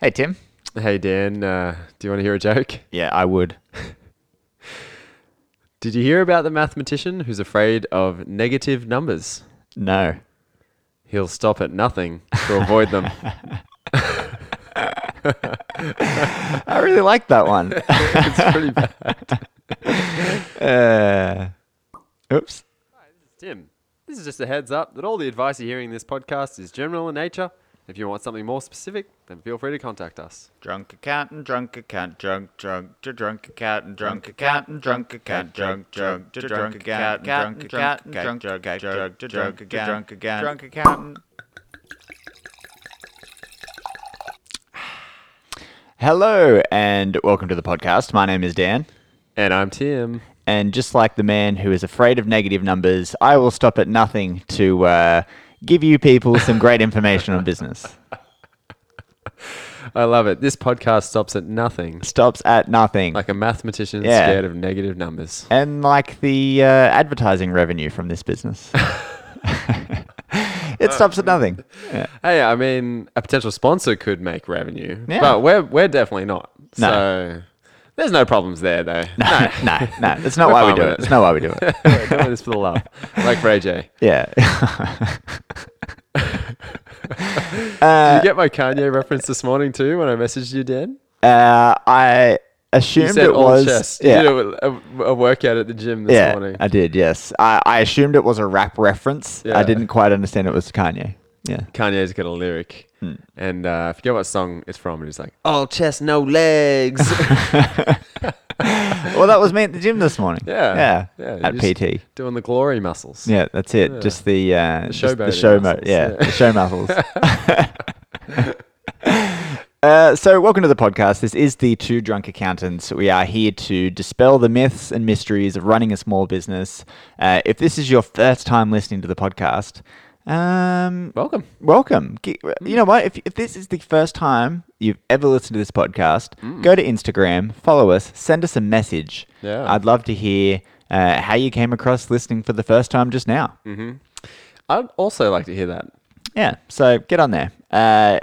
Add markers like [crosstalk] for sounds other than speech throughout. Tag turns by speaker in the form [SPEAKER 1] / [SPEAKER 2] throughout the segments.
[SPEAKER 1] Hey, Tim.
[SPEAKER 2] Hey Dan, uh, do you want to hear a joke?
[SPEAKER 1] Yeah, I would.
[SPEAKER 2] Did you hear about the mathematician who's afraid of negative numbers?
[SPEAKER 1] No.
[SPEAKER 2] He'll stop at nothing to avoid them. [laughs]
[SPEAKER 1] I really like that
[SPEAKER 2] [laughs]
[SPEAKER 1] one.
[SPEAKER 2] it's pretty bad.
[SPEAKER 1] uh, oops.
[SPEAKER 2] Tim, this is just a heads up that all the advice you hear in this podcast is general in nature. If you want something more specific, then feel free to contact us.
[SPEAKER 3] Drunk accountant, drunk account, drunk, drunk, to drunk accountant, drunk accountant, drunk account, drunk, drunk, to drunk accountant, drunk accountant, drunk, drunk, drunk, to drunk again, drunk again, drunk accountant.
[SPEAKER 1] Hello, and welcome to the podcast. My name is Dan.
[SPEAKER 2] And I'm Tim.
[SPEAKER 1] And just like the man who is afraid of negative numbers, I will stop at nothing to uh, give you people some great information on business.
[SPEAKER 2] I love it. This podcast stops at nothing.
[SPEAKER 1] Stops at nothing.
[SPEAKER 2] Like a mathematician
[SPEAKER 1] Yeah.
[SPEAKER 2] scared of negative numbers.
[SPEAKER 1] and like the uh, advertising revenue from this
[SPEAKER 2] [laughs]
[SPEAKER 1] business. [laughs] it stops at nothing. Yeah.
[SPEAKER 2] Hey, I mean, a potential sponsor could make revenue,
[SPEAKER 1] Yeah.
[SPEAKER 2] but we're we're definitely not.
[SPEAKER 1] No.
[SPEAKER 2] So there's no problems there, though.
[SPEAKER 1] No, [laughs] no, no. That's not
[SPEAKER 2] We're
[SPEAKER 1] why we
[SPEAKER 2] fine
[SPEAKER 1] do
[SPEAKER 2] with
[SPEAKER 1] it.
[SPEAKER 2] it.
[SPEAKER 1] It's not why we do
[SPEAKER 2] [laughs]
[SPEAKER 1] it.
[SPEAKER 2] We're doing this for
[SPEAKER 1] [laughs]
[SPEAKER 2] the love, like Ray J.
[SPEAKER 1] Yeah. [laughs]
[SPEAKER 2] Did
[SPEAKER 1] uh,
[SPEAKER 2] you get my Kanye reference this morning too when I messaged you, Dan?
[SPEAKER 1] uh, I
[SPEAKER 2] You
[SPEAKER 1] assumed
[SPEAKER 2] said
[SPEAKER 1] it
[SPEAKER 2] all
[SPEAKER 1] was.
[SPEAKER 2] chest.
[SPEAKER 1] Yeah.
[SPEAKER 2] You did a, a- a workout at the gym this
[SPEAKER 1] yeah,
[SPEAKER 2] morning.
[SPEAKER 1] I did. Yes, I, I assumed it was a rap reference.
[SPEAKER 2] Yeah.
[SPEAKER 1] I didn't quite understand it was Kanye. Yeah,
[SPEAKER 2] Kanye's got a lyric,
[SPEAKER 1] Hmm.
[SPEAKER 2] and uh, I forget what song it's from, and he's like, "All chest, no
[SPEAKER 1] [laughs]
[SPEAKER 2] legs."
[SPEAKER 1] well, that was me at the gym this morning.
[SPEAKER 2] Yeah,
[SPEAKER 1] yeah,
[SPEAKER 2] yeah,
[SPEAKER 1] at
[SPEAKER 2] you just-
[SPEAKER 1] PT.
[SPEAKER 2] Doing the glory muscles.
[SPEAKER 1] Yeah, that's it.
[SPEAKER 2] Yeah.
[SPEAKER 1] Just the uh, just the
[SPEAKER 2] showboating
[SPEAKER 1] show mo-
[SPEAKER 2] muscles,
[SPEAKER 1] yeah,
[SPEAKER 2] yeah.
[SPEAKER 1] the show muscles.
[SPEAKER 2] [laughs]
[SPEAKER 1] [laughs] Uh, so, welcome to the podcast. This is the Two Drunk Accountants. We are here to dispel the myths and mysteries of running a small business. Uh, if this is your first time listening to the podcast, um,
[SPEAKER 2] Welcome.
[SPEAKER 1] welcome. G- uh, You
[SPEAKER 2] Mm.
[SPEAKER 1] know what? If, if this is the first time you've ever listened to this podcast,
[SPEAKER 2] Mm.
[SPEAKER 1] go to Instagram, follow us, send us a message.
[SPEAKER 2] Yeah.
[SPEAKER 1] I'd love to hear uh, how you came across listening for the first time just now.
[SPEAKER 2] Mm. I'd also like to hear that.
[SPEAKER 1] Yeah, so get on there. Uh,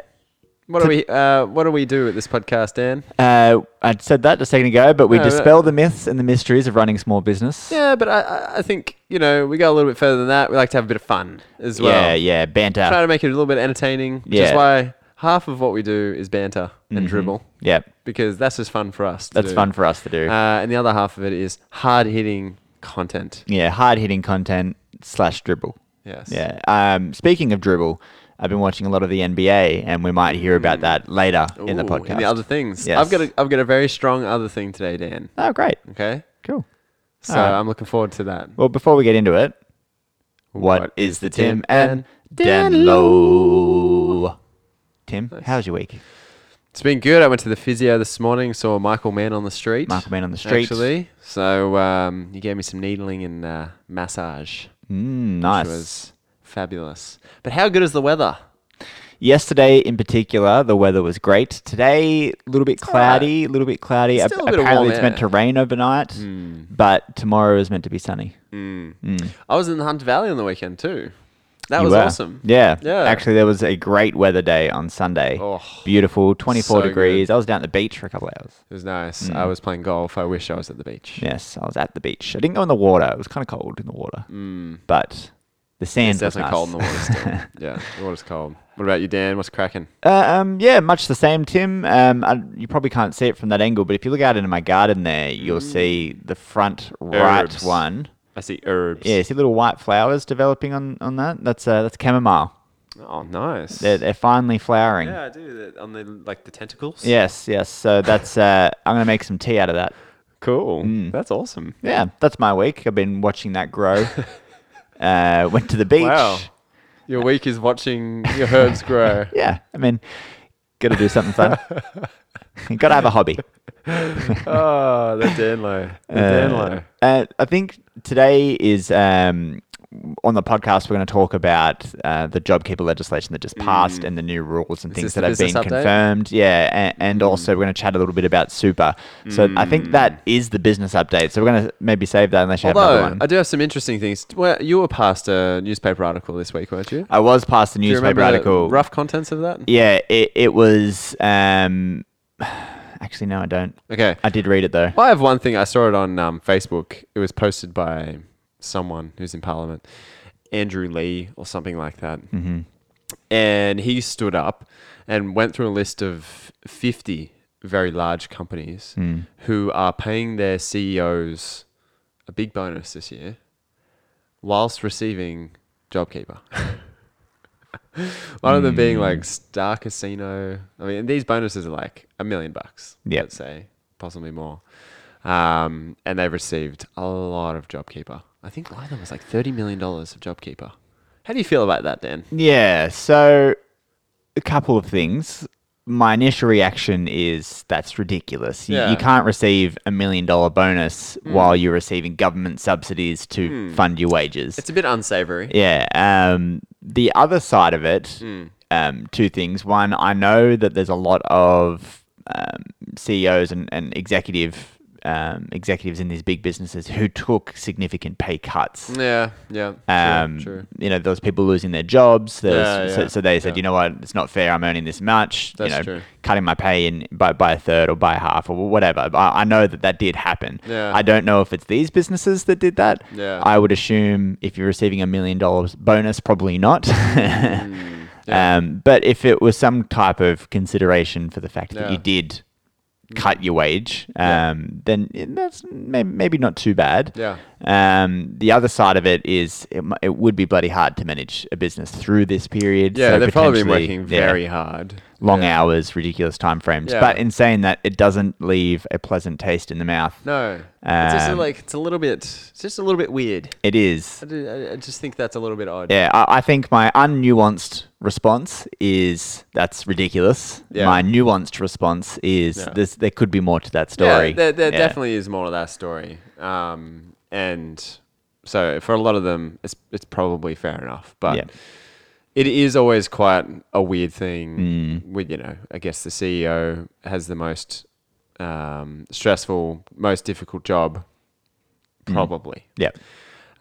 [SPEAKER 2] What do we uh, What do we do at this podcast, Dan?
[SPEAKER 1] uh, I said that a second ago, but we
[SPEAKER 2] No, that-
[SPEAKER 1] dispel the myths and the mysteries of running small business.
[SPEAKER 2] Yeah, but I- I, I think you know we go a little bit further than that. We like to have a bit of fun as well.
[SPEAKER 1] yeah, yeah, banter.
[SPEAKER 2] Try to make it a little bit entertaining, which is
[SPEAKER 1] Yeah.
[SPEAKER 2] why half of what we do is banter and dribble,
[SPEAKER 1] yeah,
[SPEAKER 2] because that's just fun for us. to
[SPEAKER 1] that's
[SPEAKER 2] do.
[SPEAKER 1] fun for us to do.
[SPEAKER 2] Uh, and the other half of it is hard hitting content.
[SPEAKER 1] yeah, hard hitting content slash dribble.
[SPEAKER 2] Yes.
[SPEAKER 1] Yeah. Um, speaking of dribble, I've been watching a lot of the NBA, and we might hear about that later in the
[SPEAKER 2] Hmm. Ooh,
[SPEAKER 1] podcast.
[SPEAKER 2] And the other things.
[SPEAKER 1] Yes.
[SPEAKER 2] I've got a, I've got a very strong other thing today, Dan.
[SPEAKER 1] oh, great,
[SPEAKER 2] Okay.
[SPEAKER 1] cool.
[SPEAKER 2] So
[SPEAKER 1] Alright.
[SPEAKER 2] I'm looking forward to that.
[SPEAKER 1] Well, before we get into it, what is, the Tim and Dan Low? Tim, how's your week?
[SPEAKER 2] It's been good. I went to the physio this morning, saw Michael Mann on the street.
[SPEAKER 1] Michael Mann on the street.
[SPEAKER 2] Actually. So um, he gave me some needling and uh, massage,
[SPEAKER 1] Mm,
[SPEAKER 2] which
[SPEAKER 1] nice.
[SPEAKER 2] was fabulous. But how good is the weather?
[SPEAKER 1] Yesterday, in particular, the weather was great. Today, a little bit
[SPEAKER 2] alright.
[SPEAKER 1] cloudy, a little bit cloudy.
[SPEAKER 2] Still a bit of
[SPEAKER 1] Apparently,
[SPEAKER 2] warm
[SPEAKER 1] it's meant
[SPEAKER 2] air. Hmm.
[SPEAKER 1] to rain overnight, but tomorrow is meant to be sunny.
[SPEAKER 2] Mm. I was in the Hunter Valley on the weekend too. That
[SPEAKER 1] Mm. You
[SPEAKER 2] was
[SPEAKER 1] were.
[SPEAKER 2] awesome.
[SPEAKER 1] Yeah.
[SPEAKER 2] Yeah.
[SPEAKER 1] Actually, there was a great weather day on Sunday.
[SPEAKER 2] Oh,
[SPEAKER 1] Beautiful, 24
[SPEAKER 2] so
[SPEAKER 1] degrees. I was down at the beach for a couple hours.
[SPEAKER 2] It was nice.
[SPEAKER 1] Mm.
[SPEAKER 2] I was playing golf. I wish I was at the beach.
[SPEAKER 1] Yes, I was at the beach. I didn't go in the water. It was kind of cold in the water, mm. but the sand
[SPEAKER 2] It's
[SPEAKER 1] was
[SPEAKER 2] Hmm. definitely
[SPEAKER 1] nice.
[SPEAKER 2] cold in the water still. [laughs] yeah, the water's cold. What about you, Dan? What's cracking?
[SPEAKER 1] Uh, um, yeah, much the same, Tim. Um, I, you probably can't see it from that angle, but if you look out into my garden there, you'll see the front right
[SPEAKER 2] Hmm. Herbs.
[SPEAKER 1] one.
[SPEAKER 2] I see herbs.
[SPEAKER 1] Yeah, you see little white flowers developing on, on that. That's uh, that's chamomile.
[SPEAKER 2] Oh, nice.
[SPEAKER 1] They're, they're finally flowering.
[SPEAKER 2] yeah, I do. The, on the like the tentacles.
[SPEAKER 1] Yes, yes. So that's uh, I'm gonna make some tea out of that.
[SPEAKER 2] Cool.
[SPEAKER 1] Mm.
[SPEAKER 2] That's awesome.
[SPEAKER 1] Yeah, that's my week. I've been watching that
[SPEAKER 2] [laughs]
[SPEAKER 1] grow. uh, went to the beach.
[SPEAKER 2] Wow. Your week is watching your
[SPEAKER 1] [laughs]
[SPEAKER 2] herbs grow.
[SPEAKER 1] Yeah, I mean, gotta do something fun.
[SPEAKER 2] [laughs]
[SPEAKER 1] you gotta have a hobby.
[SPEAKER 2] oh, the Danlo.
[SPEAKER 1] Uh,
[SPEAKER 2] The Danlo.
[SPEAKER 1] uh, I think today is um, on the podcast, we're going to talk about uh, the JobKeeper legislation that just passed and the new rules and
[SPEAKER 2] Mm.
[SPEAKER 1] things
[SPEAKER 2] Is this the
[SPEAKER 1] that have been
[SPEAKER 2] business update? Mm.
[SPEAKER 1] confirmed. Yeah, and, and also we're going to chat a little bit about super. So I think that is the business update. So we're going to maybe save that unless you have another
[SPEAKER 2] Although
[SPEAKER 1] one.
[SPEAKER 2] I do have some interesting things. Well, you were past a newspaper article this week, weren't you?
[SPEAKER 1] I was past the
[SPEAKER 2] do you
[SPEAKER 1] newspaper
[SPEAKER 2] remember
[SPEAKER 1] article.
[SPEAKER 2] the rough contents of that?
[SPEAKER 1] Yeah, it, it was. Um, [sighs] actually, no, I don't.
[SPEAKER 2] Okay.
[SPEAKER 1] I did read it though.
[SPEAKER 2] Well, I have one thing. I saw it on um, Facebook. It was posted by someone who's in Parliament, Andrew Lee or something like that. Mm-hmm. And he stood up and went through a list of 50 very large companies
[SPEAKER 1] Hmm.
[SPEAKER 2] who are paying their CEOs a big bonus this year whilst receiving JobKeeper. [laughs] One of them
[SPEAKER 1] Mm.
[SPEAKER 2] being like Star Casino. I mean, these bonuses are like a million bucks.
[SPEAKER 1] Yep.
[SPEAKER 2] Let's say possibly more. Um, and they've received a lot of JobKeeper. I think one of them was like thirty million dollars of JobKeeper. How do you feel about that, Dan?
[SPEAKER 1] Yeah, so a couple of things. My initial reaction is that's ridiculous. You,
[SPEAKER 2] Yeah.
[SPEAKER 1] you can't receive a million dollar bonus while you're receiving government subsidies to fund your wages.
[SPEAKER 2] It's a bit unsavory.
[SPEAKER 1] yeah. Um, the other side of it, um, two things. One, I know that there's a lot of um, CEOs and, and executive um, executives in these big businesses who took significant pay cuts.
[SPEAKER 2] Yeah, yeah.
[SPEAKER 1] Um,
[SPEAKER 2] true, true.
[SPEAKER 1] You know, there was people losing their jobs. There was,
[SPEAKER 2] Yeah,
[SPEAKER 1] so,
[SPEAKER 2] yeah,
[SPEAKER 1] so they said,
[SPEAKER 2] yeah.
[SPEAKER 1] you know what, it's not fair. I'm earning this much.
[SPEAKER 2] That's
[SPEAKER 1] you know,
[SPEAKER 2] true.
[SPEAKER 1] cutting my pay in by, by a third or by half or whatever. I, I know that that did happen.
[SPEAKER 2] Yeah.
[SPEAKER 1] I don't know if it's these businesses that did that.
[SPEAKER 2] Yeah.
[SPEAKER 1] I would assume if you're receiving a million dollars bonus, probably not. [laughs]
[SPEAKER 2] Mm, yeah.
[SPEAKER 1] um, but if it was some type of consideration for the fact that
[SPEAKER 2] Yeah. Mm.
[SPEAKER 1] you did cut your wage, um,
[SPEAKER 2] Yeah.
[SPEAKER 1] then it- that's may- maybe not too bad.
[SPEAKER 2] Yeah.
[SPEAKER 1] Um, the other side of it is it, mu- it would be bloody hard to manage a business through this period.
[SPEAKER 2] Yeah,
[SPEAKER 1] so
[SPEAKER 2] they've probably been
[SPEAKER 1] potentially-
[SPEAKER 2] working
[SPEAKER 1] yeah,
[SPEAKER 2] very hard.
[SPEAKER 1] long
[SPEAKER 2] Yeah.
[SPEAKER 1] hours, ridiculous time frames.
[SPEAKER 2] Yeah.
[SPEAKER 1] But in saying that, it doesn't leave a pleasant taste in the mouth.
[SPEAKER 2] No, it's just a,
[SPEAKER 1] Um,
[SPEAKER 2] like it's a little bit. It's just a little bit weird.
[SPEAKER 1] It is.
[SPEAKER 2] I, do, I, I just think that's a little bit odd.
[SPEAKER 1] Yeah, I, I think my unnuanced response is that's ridiculous.
[SPEAKER 2] Yeah.
[SPEAKER 1] My nuanced response is
[SPEAKER 2] Yeah.
[SPEAKER 1] this, there could be more to that
[SPEAKER 2] Yeah,
[SPEAKER 1] story.
[SPEAKER 2] there, there
[SPEAKER 1] Yeah.
[SPEAKER 2] definitely is more to that story. Um, and so for a lot of them, it's it's probably fair enough. But
[SPEAKER 1] Yeah.
[SPEAKER 2] it is always quite a weird thing.
[SPEAKER 1] Mm.
[SPEAKER 2] With you know, I guess the CEO has the most um, stressful, most difficult job,
[SPEAKER 1] Mm.
[SPEAKER 2] probably.
[SPEAKER 1] Yeah.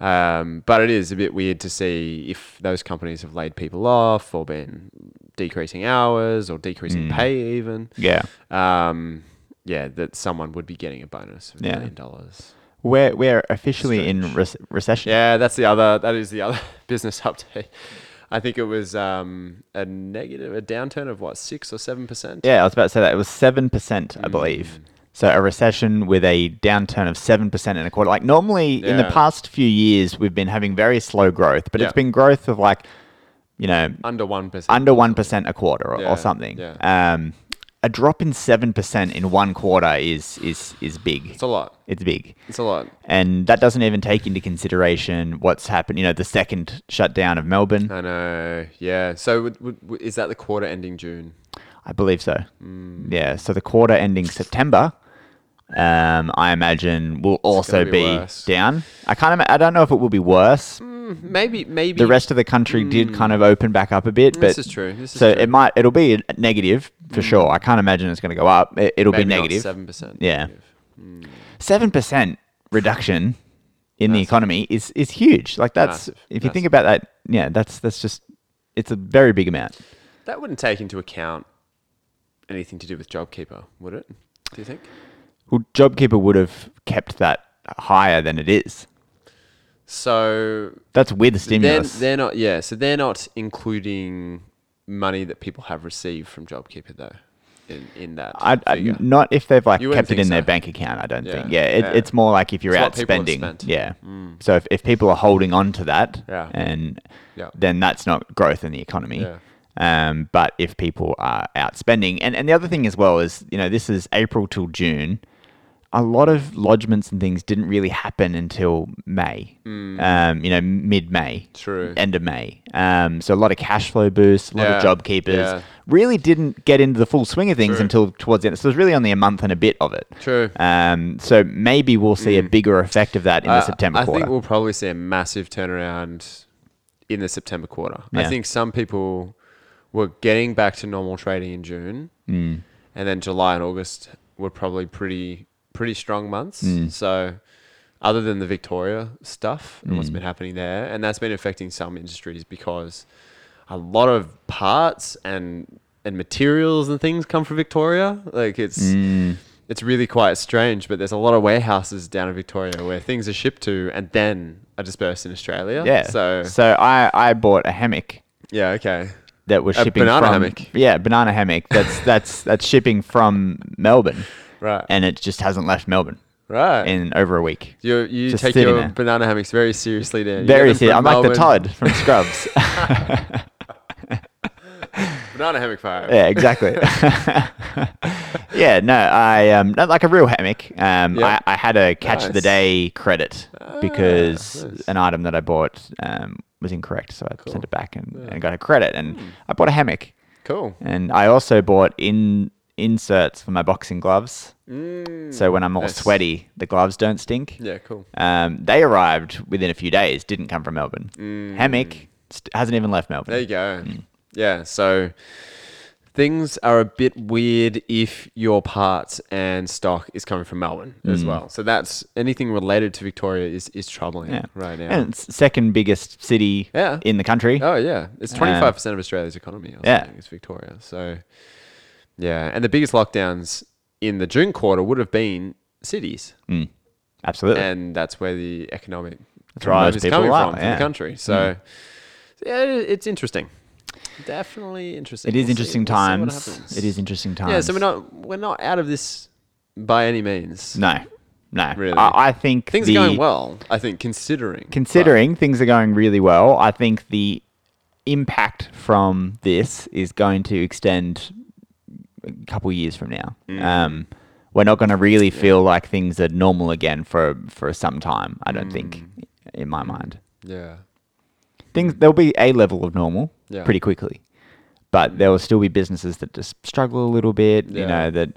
[SPEAKER 2] Um, but it is a bit weird to see if those companies have laid people off or been decreasing hours or
[SPEAKER 1] Mm.
[SPEAKER 2] decreasing pay even.
[SPEAKER 1] Yeah.
[SPEAKER 2] Um, yeah, that someone would be getting a bonus of a
[SPEAKER 1] Yeah.
[SPEAKER 2] million dollars.
[SPEAKER 1] We're, we're officially in re- recession.
[SPEAKER 2] Yeah, that's the other. That is the other [laughs] business update. I think it was um, a negative, a downturn of what six or seven percent.
[SPEAKER 1] Yeah, I was about to say that. It was 7%, I
[SPEAKER 2] Mm.
[SPEAKER 1] believe. So a recession with a downturn of 7% in a quarter. Like normally in the
[SPEAKER 2] Yeah.
[SPEAKER 1] past few years, we've been having very slow growth, but
[SPEAKER 2] Yeah.
[SPEAKER 1] it's been growth of like, you know,
[SPEAKER 2] under one percent.
[SPEAKER 1] under 1% a quarter or,
[SPEAKER 2] Yeah,
[SPEAKER 1] or something.
[SPEAKER 2] yeah.
[SPEAKER 1] Um, a drop in 7% in one quarter is, is, is big.
[SPEAKER 2] It's a lot.
[SPEAKER 1] It's big.
[SPEAKER 2] It's a lot.
[SPEAKER 1] And that doesn't even take into consideration what's happened, you know, the second shutdown of Melbourne.
[SPEAKER 2] I know. Yeah. So would, would, would- is that the quarter ending June?
[SPEAKER 1] I believe so. Yeah. So the quarter ending September, um, I imagine will also
[SPEAKER 2] be
[SPEAKER 1] be,
[SPEAKER 2] worse. Mm.
[SPEAKER 1] down. I can't. Ima- I don't know if it will be worse.
[SPEAKER 2] Mm-hmm. Maybe. Maybe
[SPEAKER 1] The rest of the country did kind of open back up a bit, but
[SPEAKER 2] Mm. this is true. This is
[SPEAKER 1] so
[SPEAKER 2] true. Mm.
[SPEAKER 1] it might. It'll be a negative for sure. I can't imagine it's going to go up. It, will be negative.
[SPEAKER 2] seven percent.
[SPEAKER 1] Yeah. Seven percent reduction in the economy is is huge. Like that's
[SPEAKER 2] Massive,
[SPEAKER 1] if you think about that. Yeah, that's that's just it's a very big amount.
[SPEAKER 2] That wouldn't take into account anything to do with JobKeeper, would it? Do you think?
[SPEAKER 1] Well, JobKeeper would have kept that higher than it is.
[SPEAKER 2] So
[SPEAKER 1] That's with the
[SPEAKER 2] they're,
[SPEAKER 1] stimulus.
[SPEAKER 2] they're not, yeah. So they're not including money that people have received from JobKeeper though, in, in that
[SPEAKER 1] I, I,
[SPEAKER 2] figure.
[SPEAKER 1] not if they've like
[SPEAKER 2] You wouldn't
[SPEAKER 1] kept it
[SPEAKER 2] think
[SPEAKER 1] in their
[SPEAKER 2] so.
[SPEAKER 1] bank account. I don't
[SPEAKER 2] Yeah,
[SPEAKER 1] think. Yeah, it,
[SPEAKER 2] yeah.
[SPEAKER 1] it's more like if you're
[SPEAKER 2] It's
[SPEAKER 1] out
[SPEAKER 2] what people have
[SPEAKER 1] spending.
[SPEAKER 2] spent. Mm.
[SPEAKER 1] Yeah. So if, if people are holding on to that,
[SPEAKER 2] Yeah.
[SPEAKER 1] and
[SPEAKER 2] Yeah.
[SPEAKER 1] then that's not growth in the economy.
[SPEAKER 2] Yeah.
[SPEAKER 1] Um, but if people are out spending, and, and the other thing as well is you know this is April till June. a lot of lodgements and things didn't really happen until May,
[SPEAKER 2] Mm.
[SPEAKER 1] um, you know, mid May,
[SPEAKER 2] True.
[SPEAKER 1] end of May. Um, so a lot of cash flow boosts, a lot
[SPEAKER 2] Yeah,
[SPEAKER 1] of job keepers
[SPEAKER 2] yeah.
[SPEAKER 1] really didn't get into the full swing of things
[SPEAKER 2] True.
[SPEAKER 1] until towards the end. So it was really only a month and a bit of it.
[SPEAKER 2] True. Mm.
[SPEAKER 1] Um, so maybe we'll see a bigger effect of that in the
[SPEAKER 2] Uh,
[SPEAKER 1] September
[SPEAKER 2] I
[SPEAKER 1] quarter.
[SPEAKER 2] think we'll probably see a massive turnaround in the September quarter. I
[SPEAKER 1] Yeah.
[SPEAKER 2] think some people were getting back to normal trading in June,
[SPEAKER 1] Mm.
[SPEAKER 2] and then July and August were probably pretty pretty strong months.
[SPEAKER 1] Hmm.
[SPEAKER 2] So, other than the Victoria stuff and
[SPEAKER 1] Hmm.
[SPEAKER 2] what's been happening there, and that's been affecting some industries because a lot of parts and and materials and things come from Victoria. Like it's
[SPEAKER 1] Hmm.
[SPEAKER 2] it's really quite strange, but there's a lot of warehouses down in Victoria where things are shipped to and then are dispersed in Australia.
[SPEAKER 1] yeah.
[SPEAKER 2] So
[SPEAKER 1] so I, I bought a hammock
[SPEAKER 2] yeah, okay.
[SPEAKER 1] that was
[SPEAKER 2] A
[SPEAKER 1] shipping
[SPEAKER 2] banana
[SPEAKER 1] from,
[SPEAKER 2] hammock.
[SPEAKER 1] Yeah, banana hammock.
[SPEAKER 2] [laughs]
[SPEAKER 1] That's that's that's shipping from Melbourne,
[SPEAKER 2] Right.
[SPEAKER 1] and it just hasn't left Melbourne
[SPEAKER 2] right.
[SPEAKER 1] in over a week.
[SPEAKER 2] you you
[SPEAKER 1] just
[SPEAKER 2] take
[SPEAKER 1] sitting
[SPEAKER 2] your
[SPEAKER 1] there.
[SPEAKER 2] banana hammocks very seriously there. You get
[SPEAKER 1] Very
[SPEAKER 2] them
[SPEAKER 1] serious.
[SPEAKER 2] from
[SPEAKER 1] I'm like the
[SPEAKER 2] Melbourne.
[SPEAKER 1] Todd from Scrubs.
[SPEAKER 2] [laughs] Banana hammock fire.
[SPEAKER 1] yeah, exactly. [laughs] yeah, no, I um not like a real hammock. Um,
[SPEAKER 2] Yeah.
[SPEAKER 1] I, I had a catch of the
[SPEAKER 2] Nice. Ah,
[SPEAKER 1] day credit because
[SPEAKER 2] nice.
[SPEAKER 1] an item that I bought um was incorrect, so I sent it back and, and got a credit, and
[SPEAKER 2] Hmm.
[SPEAKER 1] I bought a hammock,
[SPEAKER 2] Cool.
[SPEAKER 1] and I also bought in inserts for my boxing gloves.
[SPEAKER 2] Mm.
[SPEAKER 1] So when I'm all
[SPEAKER 2] Nice.
[SPEAKER 1] sweaty, the gloves don't stink.
[SPEAKER 2] Yeah, cool.
[SPEAKER 1] Um, they arrived within a few days. Didn't come from Melbourne. Hammock st- hasn't even left Melbourne.
[SPEAKER 2] Hmm. There you go.
[SPEAKER 1] Mm.
[SPEAKER 2] Yeah, so things are a bit weird if your parts and stock is coming from Melbourne as
[SPEAKER 1] Mm.
[SPEAKER 2] well. So that's anything related to Victoria is is troubling
[SPEAKER 1] Yeah.
[SPEAKER 2] right now.
[SPEAKER 1] And it's second biggest city
[SPEAKER 2] Yeah.
[SPEAKER 1] in the country.
[SPEAKER 2] Oh yeah, it's twenty five percent of Australia's economy. Or
[SPEAKER 1] Yeah.
[SPEAKER 2] yeah, it's Victoria. So yeah, and the biggest lockdowns in the June quarter would have been cities,
[SPEAKER 1] Absolutely.
[SPEAKER 2] and that's where the economic
[SPEAKER 1] where most
[SPEAKER 2] drive is
[SPEAKER 1] people
[SPEAKER 2] coming
[SPEAKER 1] are,
[SPEAKER 2] from from
[SPEAKER 1] yeah. Hmm.
[SPEAKER 2] the country. So yeah, it- it's interesting. Definitely interesting.
[SPEAKER 1] it is
[SPEAKER 2] We'll see-
[SPEAKER 1] interesting
[SPEAKER 2] we'll see what
[SPEAKER 1] times.
[SPEAKER 2] happens.
[SPEAKER 1] It is interesting times.
[SPEAKER 2] Yeah, so we're not we're not out of this by any means.
[SPEAKER 1] No, no.
[SPEAKER 2] Really.
[SPEAKER 1] I, I think
[SPEAKER 2] Things
[SPEAKER 1] the-
[SPEAKER 2] are going well, I think, considering. but-
[SPEAKER 1] Considering things are going really well, I think the impact from this is going to extend a couple years from now.
[SPEAKER 2] Mm.
[SPEAKER 1] Um, we're not going to really feel like things are normal again for for some time. I don't think,
[SPEAKER 2] Mm.
[SPEAKER 1] in my mind,
[SPEAKER 2] yeah.
[SPEAKER 1] things there'll be a level of normal
[SPEAKER 2] Yeah.
[SPEAKER 1] pretty quickly, but there will still be businesses that just struggle a little bit. You
[SPEAKER 2] Yeah.
[SPEAKER 1] know that